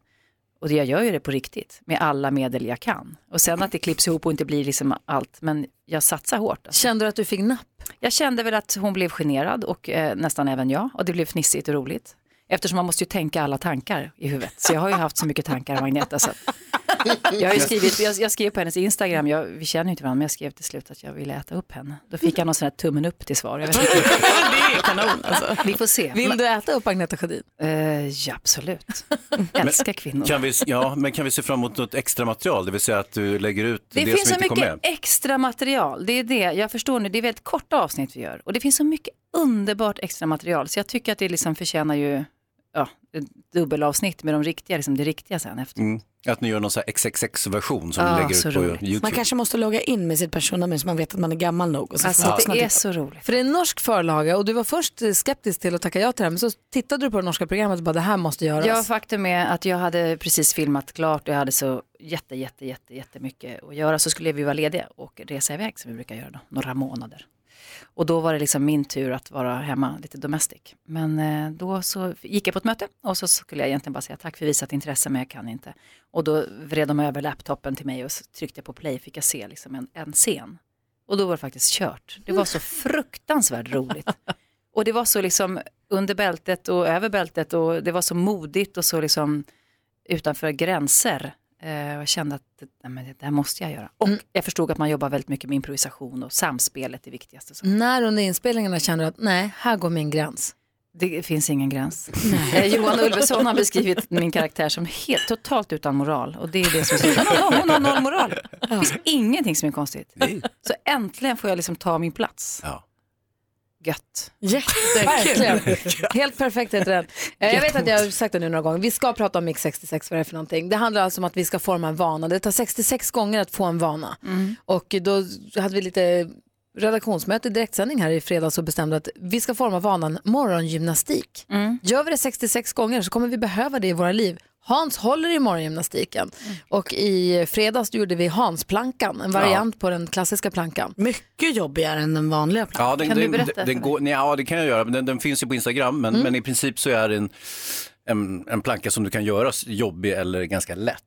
Speaker 23: Och det- jag gör ju det på riktigt, med alla medel jag kan. Och sen att det klipps ihop och inte blir liksom allt, men jag satsar hårt. alltså.
Speaker 1: Kände du att du fick napp?
Speaker 23: Jag kände väl att hon blev generad och eh, nästan även jag. Och det blev fnissigt och roligt. Eftersom man måste ju tänka alla tankar i huvudet. Så jag har ju haft så mycket tankar om Agneta. Så. att- Jag, har ju skrivit, jag, jag skrev på hennes Instagram, jag, vi känner ju inte varandra, men jag skrev till slut att jag ville äta upp henne. Då fick jag någon sån här tummen upp till svar. Jag vet inte.
Speaker 1: Det är kanon alltså.
Speaker 23: Vi får se.
Speaker 1: Vill du äta upp Agneta Sjödin?
Speaker 23: Eh, ja, absolut. Älskar kvinnor.
Speaker 3: Kan vi, ja, men kan vi se fram emot något extra material? Det vill säga att du lägger ut det,
Speaker 23: Det, finns
Speaker 3: som
Speaker 23: så
Speaker 3: inte kom
Speaker 23: mycket
Speaker 3: med.
Speaker 23: extra material. Det är det, jag förstår nu, det är väldigt korta avsnitt vi gör. Och det finns så mycket underbart extra material. Så jag tycker att det liksom förtjänar ju ja, ett dubbelavsnitt med de riktiga, liksom det riktiga sen efter.
Speaker 3: Mm. Att ni gör någon sån här XXX-version som
Speaker 23: Ah,
Speaker 3: ni lägger
Speaker 23: så
Speaker 3: ut på
Speaker 23: roligt.
Speaker 3: YouTube.
Speaker 5: Man kanske måste logga in med sitt personnummer så man vet att man är gammal nog. Och så
Speaker 1: Alltså,
Speaker 5: får man
Speaker 1: det
Speaker 5: lyssna
Speaker 1: är
Speaker 5: till-
Speaker 1: så
Speaker 23: roligt.
Speaker 1: För det är en norsk förlaga och du var först eh, skeptisk till att tacka ja till det här men så tittade du på det norska programmet och bara det här måste göras.
Speaker 23: Ja, faktum är att jag hade precis filmat klart och jag hade så jätte, jätte, jätte, jättemycket att göra. Så skulle vi vara lediga och resa iväg som vi brukar göra då, några månader. Och då var det liksom min tur att vara hemma lite domestic. Men eh, då så gick jag på ett möte och så skulle jag egentligen bara säga tack för visat intresse men jag kan inte. Och då vred de över laptopen till mig och så tryckte jag på play fick jag se liksom en, en scen. Och då var det faktiskt kört. Det var så fruktansvärt roligt. Och det var så liksom under bältet och över bältet och det var så modigt och så liksom utanför gränser. Eh, Jag kände att nej, men det där måste jag göra.
Speaker 1: Mm.
Speaker 23: Och jag förstod att man jobbar väldigt mycket med improvisation och samspelet det viktigaste. Så
Speaker 1: När under inspelningarna känner du att nej, här går min gräns?
Speaker 23: Det finns ingen gräns. Eh, Johan Ulveson har beskrivit min karaktär som helt totalt utan moral. Och det är det som är så. Hon har- Hon har noll moral. Det finns ingenting som är konstigt. Så äntligen får jag liksom ta min plats. Gött.
Speaker 1: Verkligen. Helt perfekt heter den. Eh, Jag vet att jag har sagt det nu några gånger. Vi ska prata om Mix 66, vad det är för någonting. Det handlar alltså om att vi ska forma en vana. Det tar 66 gånger att få en vana. Och då hade vi lite redaktionsmöte, direktsändning här i fredags och bestämde att vi ska forma vanan morgongymnastik. Gör vi det 66 gånger så kommer vi behöva det i våra liv. Hans håller i morgongymnastiken och i fredags gjorde vi Hansplankan, en variant på den klassiska plankan.
Speaker 5: Mycket jobbigare än den vanliga plankan.
Speaker 3: Ja, den, den, Den, den går, nej, ja, det kan jag göra. men Den, den finns ju på Instagram,
Speaker 23: Mm.
Speaker 3: men, men i princip så är det en, en, en planka som du kan göra s- jobbig eller ganska lätt.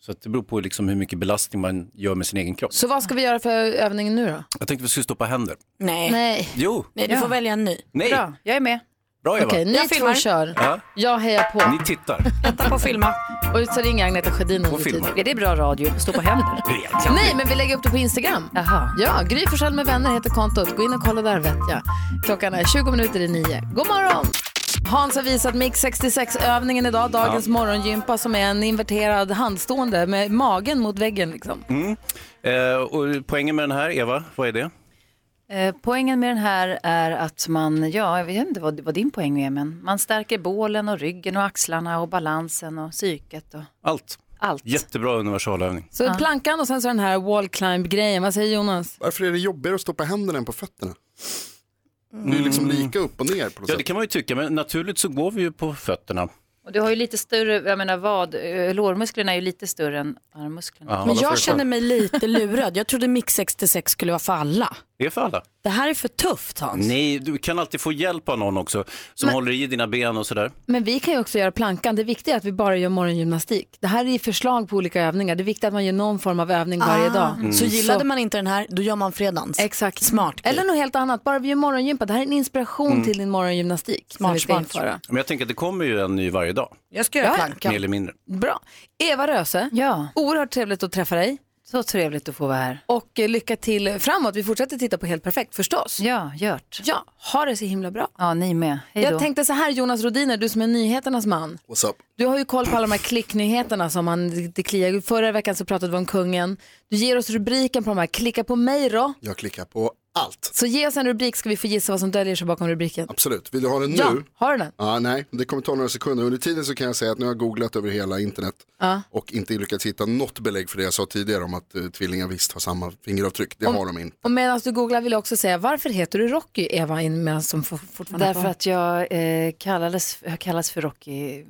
Speaker 3: Så att det beror på liksom hur mycket belastning man gör med sin egen kropp.
Speaker 1: Så vad ska vi göra för övningen nu då?
Speaker 3: Jag tänkte vi skulle stå på händer.
Speaker 5: Nej.
Speaker 1: Nej.
Speaker 3: Jo,
Speaker 5: Nej, du får välja en ny.
Speaker 3: Nej.
Speaker 23: Bra, jag är med.
Speaker 3: bra Eva.
Speaker 1: Okej, ni
Speaker 5: Jag
Speaker 1: två
Speaker 5: filmar.
Speaker 1: kör.
Speaker 3: Ja.
Speaker 1: Jag hejar på.
Speaker 3: Ni tittar.
Speaker 5: Vänta på filma.
Speaker 1: Och så ringer Agneta Sjödin
Speaker 3: Hon
Speaker 1: under tiden.
Speaker 3: filmar.
Speaker 23: Är det bra radio? Stå på händer?
Speaker 1: Nej, men vi lägger upp det på Instagram.
Speaker 23: Jaha.
Speaker 1: Ja, Gry Forssell med vänner heter kontot. Gå in och kolla där vet jag. Klockan är 20 minuter i nio. God morgon! Hans har visat Mix 66-övningen idag, dagens
Speaker 3: Ja.
Speaker 1: morgongympa som är en inverterad handstående med magen mot väggen liksom.
Speaker 3: Mm. Eh, och poängen med den här, Eva, vad är det?
Speaker 23: Eh, poängen med den här är att man, ja, jag vet inte vad, vad din poäng är, men man stärker bålen och ryggen och axlarna och balansen och psyket och
Speaker 3: Allt.
Speaker 23: allt.
Speaker 3: Jättebra universalövning.
Speaker 1: Så plankan och sen så den här wall climb-grejen. Vad säger Jonas?
Speaker 8: Varför är det jobbigare att stå på händerna än på fötterna? Det är ju liksom lika upp och ner på något
Speaker 3: Ja, det
Speaker 8: sätt.
Speaker 3: kan man ju tycka, men naturligt så går vi ju på fötterna.
Speaker 23: Och du har ju lite större, jag menar vad, eh, lårmusklerna är ju lite större än armmusklerna.
Speaker 3: Ja,
Speaker 5: Men
Speaker 3: vad
Speaker 5: jag
Speaker 3: för-
Speaker 5: känner mig lite lurad. Jag trodde Mix 66 skulle vara för alla.
Speaker 3: Det är för alla.
Speaker 5: Det här är för tufft Hans.
Speaker 3: Nej, du kan alltid få hjälp av någon också som håller i dina ben och sådär.
Speaker 1: Men vi kan ju också göra plankan. Det viktiga är att vi bara gör morgongymnastik. Det här är ju förslag på olika övningar. Det är viktigt att man gör någon form av övning
Speaker 23: Ah.
Speaker 1: varje dag.
Speaker 5: Mm. Så gillade man inte den här, då gör man fredans.
Speaker 1: Exakt.
Speaker 5: Smart.
Speaker 1: Eller något helt annat. Bara vi gör morgongympa. Det här är en inspiration till din morgongymnastik. som
Speaker 5: Smart,
Speaker 1: vi ska
Speaker 5: smart.
Speaker 1: införa.
Speaker 3: Men jag tänker att det kommer ju en ny varje dag.
Speaker 5: Jag
Speaker 1: ska göra Ja, ja. plankan.
Speaker 3: Mer eller mindre.
Speaker 1: Bra. Eva Röse,
Speaker 23: ja.
Speaker 1: oerhört trevligt att träffa dig.
Speaker 23: Så trevligt att få vara här.
Speaker 1: Och eh, lycka till framåt. Vi fortsätter titta på Helt Perfekt förstås.
Speaker 23: Ja, gjort.
Speaker 1: Ja, ha det så himla bra.
Speaker 23: Ja, ni med. Hej då.
Speaker 1: Jag tänkte så här, Jonas Rodiner, du som är nyheternas man.
Speaker 8: What's up?
Speaker 1: Du har ju koll på alla de här klicknyheterna som man, det kliar. Förra veckan så pratade vi om kungen. Du ger oss rubriken på de här, klicka på mig då.
Speaker 8: Jag klickar på allt.
Speaker 1: Så ge oss en rubrik ska vi få gissa vad som döljer sig bakom rubriken.
Speaker 8: Absolut. Vill du ha den nu?
Speaker 1: Ja, har du den?
Speaker 8: Ja, nej, det kommer ta några sekunder. Under tiden så kan jag säga att nu har jag googlat över hela internet
Speaker 1: Ja.
Speaker 8: och inte lyckats hitta något belägg för det jag sa tidigare om att uh, tvillingar visst har samma fingeravtryck. Det
Speaker 1: Om-
Speaker 8: har de inte.
Speaker 1: Och medan du googlar vill jag också säga, varför heter du Rocky Eva in- medan som for- fortfarande är
Speaker 23: Därför
Speaker 1: kvar?
Speaker 23: att jag eh, kallades, jag kallas för Rocky mm,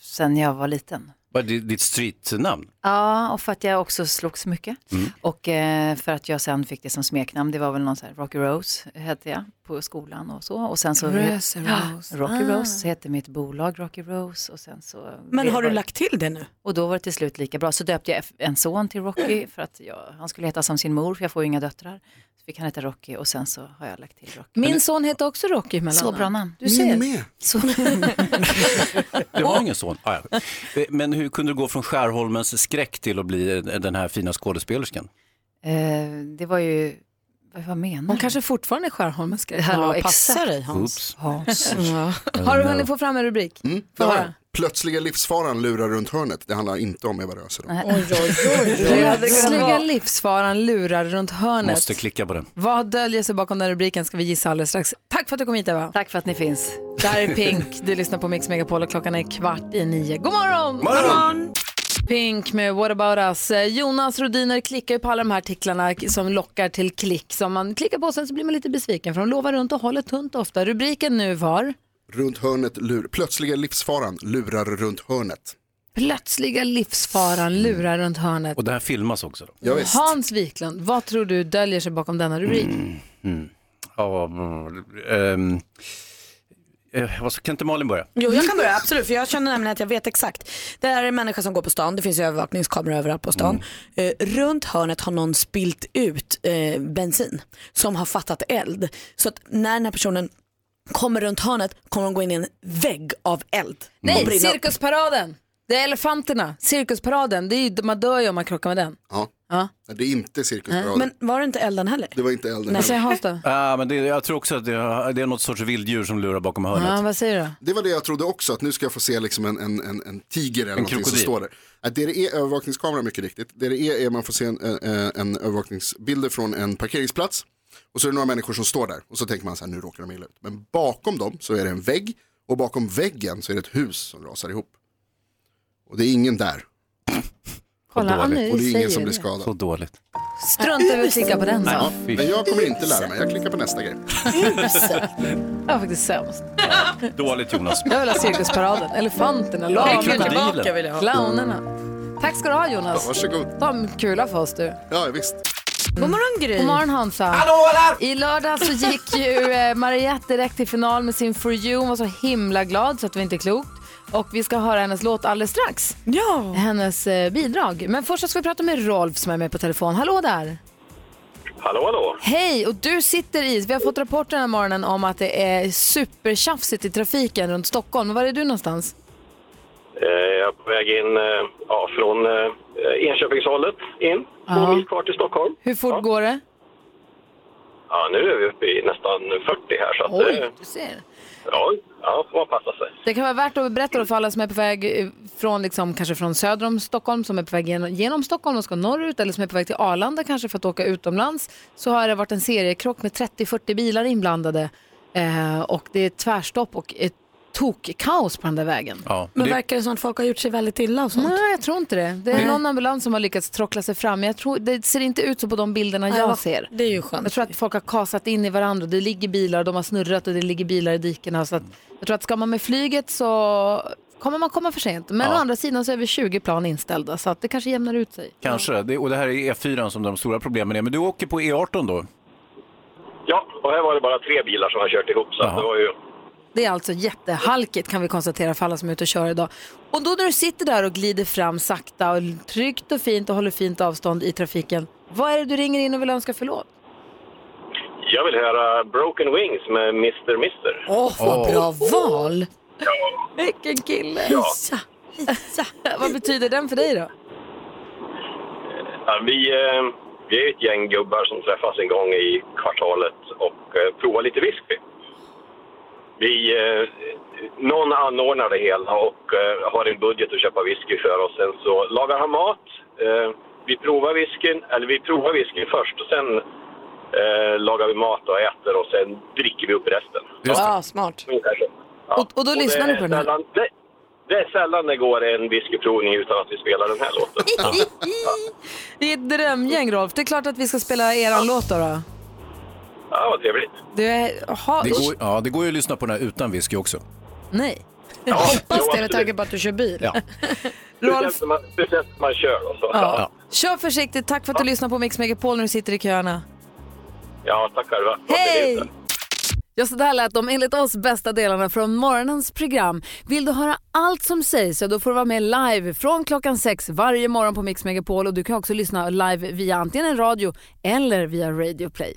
Speaker 23: sen jag var liten.
Speaker 3: Vad är ditt streetnamn?
Speaker 23: Ja, och för att jag också slogs mycket.
Speaker 3: Mm.
Speaker 23: Och eh, för att jag sen fick det som smeknamn, det var väl någon så här, Rocky Rose hette jag på skolan och så. Och sen så
Speaker 5: Röse Rose.
Speaker 23: Ja, Rocky
Speaker 5: Ah.
Speaker 23: Rose så hette mitt bolag Rocky Rose och sen så.
Speaker 5: Men har du lagt till det nu?
Speaker 23: Och då var det till slut lika bra. Så döpte jag en son till
Speaker 1: Mm.
Speaker 23: Rocky för att jag, han skulle heta som sin mor för jag får ju inga döttrar. Så fick han heta Rocky och sen så har jag lagt till Rocky.
Speaker 1: Min son heter också Rocky mellan
Speaker 23: Så bra namn.
Speaker 1: Du ser.
Speaker 23: Så...
Speaker 3: Det var ingen son. Ah, ja. Eh, Men hur kunde du gå från Skärholmens skräck till att bli eh, den här fina skådespelerskan?
Speaker 23: Eh, det var ju, vad, vad menar
Speaker 1: Hon kanske fortfarande är Skärholmens grej.
Speaker 23: Hallå,
Speaker 1: Ja, passa
Speaker 23: exakt.
Speaker 1: dig, Hans.
Speaker 3: Oops.
Speaker 23: Hans.
Speaker 1: Ja. Har du hunnit få fram en rubrik?
Speaker 8: Mm, det har jag. Plötsliga livsfaran lurar runt hörnet. Det handlar inte om Eva Röse. då.
Speaker 1: Plötsliga livsfaran lurar runt hörnet.
Speaker 3: Måste klicka på den.
Speaker 1: Vad döljer sig bakom den rubriken ska vi gissa alldeles strax. Tack för att du kom hit Eva.
Speaker 23: Tack för att ni finns.
Speaker 1: Där är Pink. Du lyssnar på Mix Megapol och klockan är kvart i nio. God morgon!
Speaker 5: Morgon! God morgon!
Speaker 1: Pink med What about us. Eh, Jonas Rodiner klickar ju på alla de här artiklarna som lockar till klick. Som man klickar på sen så blir man lite besviken för de lovar runt och håller tunt ofta. Rubriken nu var
Speaker 8: Runt hörnet lur... Plötsliga livsfaran lurar runt hörnet.
Speaker 1: Plötsliga livsfaran lurar runt hörnet.
Speaker 3: Och det här filmas också då?
Speaker 1: Hans Wiklund, vad tror du döljer sig bakom denna rubrik?
Speaker 3: Mm. Ja, ehm, eh, vad ska- kan inte Malin börja?
Speaker 5: Jo, jag kan börja, absolut. För jag känner nämligen att jag vet exakt. Det här är en människa som går på stan, det finns ju övervakningskameror överallt på stan.
Speaker 3: Mm.
Speaker 5: Eh, runt hörnet har någon spilt ut eh, bensin som har fattat eld. Så att när den här personen kommer runt hörnet kommer de gå in i en vägg av eld. och brinna
Speaker 1: Nej,
Speaker 5: upp.
Speaker 1: cirkusparaden! Det är elefanterna, cirkusparaden. Det är ju, man dör ju om man krockar med den.
Speaker 8: Ja.
Speaker 1: Ja.
Speaker 8: Det är inte cirkusparaden.
Speaker 5: Men var det inte elden heller?
Speaker 8: Det var inte elden.
Speaker 1: Nej, säger Hans då.
Speaker 3: Ah, men det, jag tror också att det, det är något sorts vilddjur som lurar bakom hörnet.
Speaker 1: Ja, vad säger du då?
Speaker 8: Det var det jag trodde också, att nu ska jag få se liksom en, en, en, en tiger eller
Speaker 3: En
Speaker 8: någonting som
Speaker 3: krokodil.
Speaker 8: står där. Att det det är övervakningskamera mycket riktigt. Det det är är man får se en, eh, en övervakningsbilder från en parkeringsplats och så är det några människor som står där och så tänker man så här, nu råkar de illa ut. Men bakom dem så är det en vägg och bakom väggen så är det ett hus som rasar ihop. Och det är ingen där.
Speaker 1: Kolla,
Speaker 8: och det
Speaker 1: Annie
Speaker 8: är ingen
Speaker 1: säger
Speaker 8: som blir
Speaker 1: det.
Speaker 8: skadad. Så
Speaker 3: dåligt.
Speaker 1: Strunt i att klicka på den då.
Speaker 8: Ja, men jag kommer inte lära mig, jag klickar på nästa grej.
Speaker 1: Det var faktiskt sämst.
Speaker 3: Dåligt Jonas.
Speaker 1: Jag vill ha cirkusparaden, elefanterna,
Speaker 3: Nej,
Speaker 1: lamerna,
Speaker 3: krokodilen.
Speaker 1: clownerna. Tack ska du ha
Speaker 8: Ja,
Speaker 1: Jonas.
Speaker 8: varsågod.
Speaker 1: Ta en kula för oss du.
Speaker 8: Ja, visst.
Speaker 1: God morgon Gry. God morgon Hansa.
Speaker 5: Hallå, alla!
Speaker 1: I lördag så gick ju eh, Mariette direkt till final med sin For You. Hon var så himla glad så att det var inte klokt. Och vi ska höra hennes låt alldeles strax.
Speaker 5: Ja.
Speaker 1: Hennes eh, bidrag. Men först så ska vi prata med Rolf som är med på telefon. Hallå där.
Speaker 6: Hallå, hallå.
Speaker 1: Hej, och du sitter i, vi har fått rapporter den här morgonen om att det är supertjafsigt i trafiken runt Stockholm. Var är du någonstans?
Speaker 6: Eh, Jag är på väg in eh, ja, från eh, Enköpingshållet in. Två mil kvar till Stockholm.
Speaker 1: Hur fort går det?
Speaker 6: Ja, nu är vi uppe i nästan 40 här. Så att, eh,
Speaker 1: Oj, du ser.
Speaker 6: ja, ja, får man passa sig.
Speaker 1: Det kan vara värt att berätta då för alla som är på väg eh, från, liksom, kanske från söder om Stockholm, som är på väg genom, genom Stockholm och ska norrut, eller som är på väg till Arlanda kanske för att åka utomlands, så har det varit en seriekrock med 30-40 bilar inblandade eh, och det är tvärstopp och ett tokkaos på den där vägen.
Speaker 3: Ja,
Speaker 5: Men verkar det som att folk har gjort sig väldigt illa och sånt?
Speaker 1: Nej, jag tror inte det. Det är
Speaker 5: Nej.
Speaker 1: någon ambulans som har lyckats trockla sig fram. Jag tror, det ser inte ut så på de bilderna
Speaker 5: Nej,
Speaker 1: jag
Speaker 5: vad-
Speaker 1: ser.
Speaker 5: Det är ju skönt.
Speaker 1: Jag tror att folk har kasat in i varandra. Det ligger bilar, de har snurrat och det ligger bilar i dikena. Så att jag tror att ska man med flyget så kommer man komma för sent. Men å andra sidan så är över 20 plan inställda så att det kanske jämnar ut sig.
Speaker 3: Kanske, det, och det här är E4 som de stora problemen är. Men du åker på E18 då?
Speaker 6: Ja, och här var det bara tre bilar som har kört ihop. Så att det var ju...
Speaker 1: Det är alltså jättehalkigt kan vi konstatera för alla som är ute och kör idag. Och då när du sitter där och glider fram sakta och tryggt och fint och håller fint avstånd i trafiken. Vad är det du ringer in och vill önska förlåt?
Speaker 6: Jag vill höra Broken Wings med Mr. Mister.
Speaker 5: Åh, vad bra val!
Speaker 1: Vilken kille!
Speaker 6: Ja.
Speaker 1: Vad betyder den för dig då?
Speaker 6: Ja, vi, eh, vi är ju ett gäng gubbar som träffas en gång i kvartalet och eh, provar lite whisky. Vi, eh, någon anordnar det hela och eh, har en budget att köpa whisky för och sen så lagar han mat. Eh, vi provar whiskyn, eller vi provar whiskyn först och sen eh, lagar vi mat och äter och sen dricker vi upp resten.
Speaker 26: Ja, smart.
Speaker 6: Ungefär så. Ja.
Speaker 26: Och, och då lyssnar
Speaker 6: det
Speaker 26: du
Speaker 6: är
Speaker 26: på den här.
Speaker 6: Sällan, det, det är sällan det går en whiskyprovning utan att vi spelar den här låten.
Speaker 26: Vi är ett drömgäng Rolf. Det är klart att vi ska spela eran låt då. då.
Speaker 6: Ja, vad trevligt.
Speaker 26: Du är, ha,
Speaker 3: Det går, ja, det går ju att lyssna på den här utan whisky också.
Speaker 26: Nej.
Speaker 3: Ja,
Speaker 26: Hoppas
Speaker 3: jo,
Speaker 26: det med
Speaker 3: absolut.
Speaker 26: tanke på att du kör bil.
Speaker 3: Ja.
Speaker 26: Rolf,
Speaker 6: Man, speciellt man kör och så.
Speaker 26: ja. kör försiktigt. Tack för att du lyssnar på Mix Megapol när du sitter i köerna.
Speaker 6: Ja, tack själva.
Speaker 26: Hej!
Speaker 1: Ja, så där lät de enligt oss bästa delarna från morgonens program. Vill du höra allt som sägs så då får du vara med live från klockan sex varje morgon på Mix Megapol och du kan också lyssna live via antingen en radio eller via Radio Play.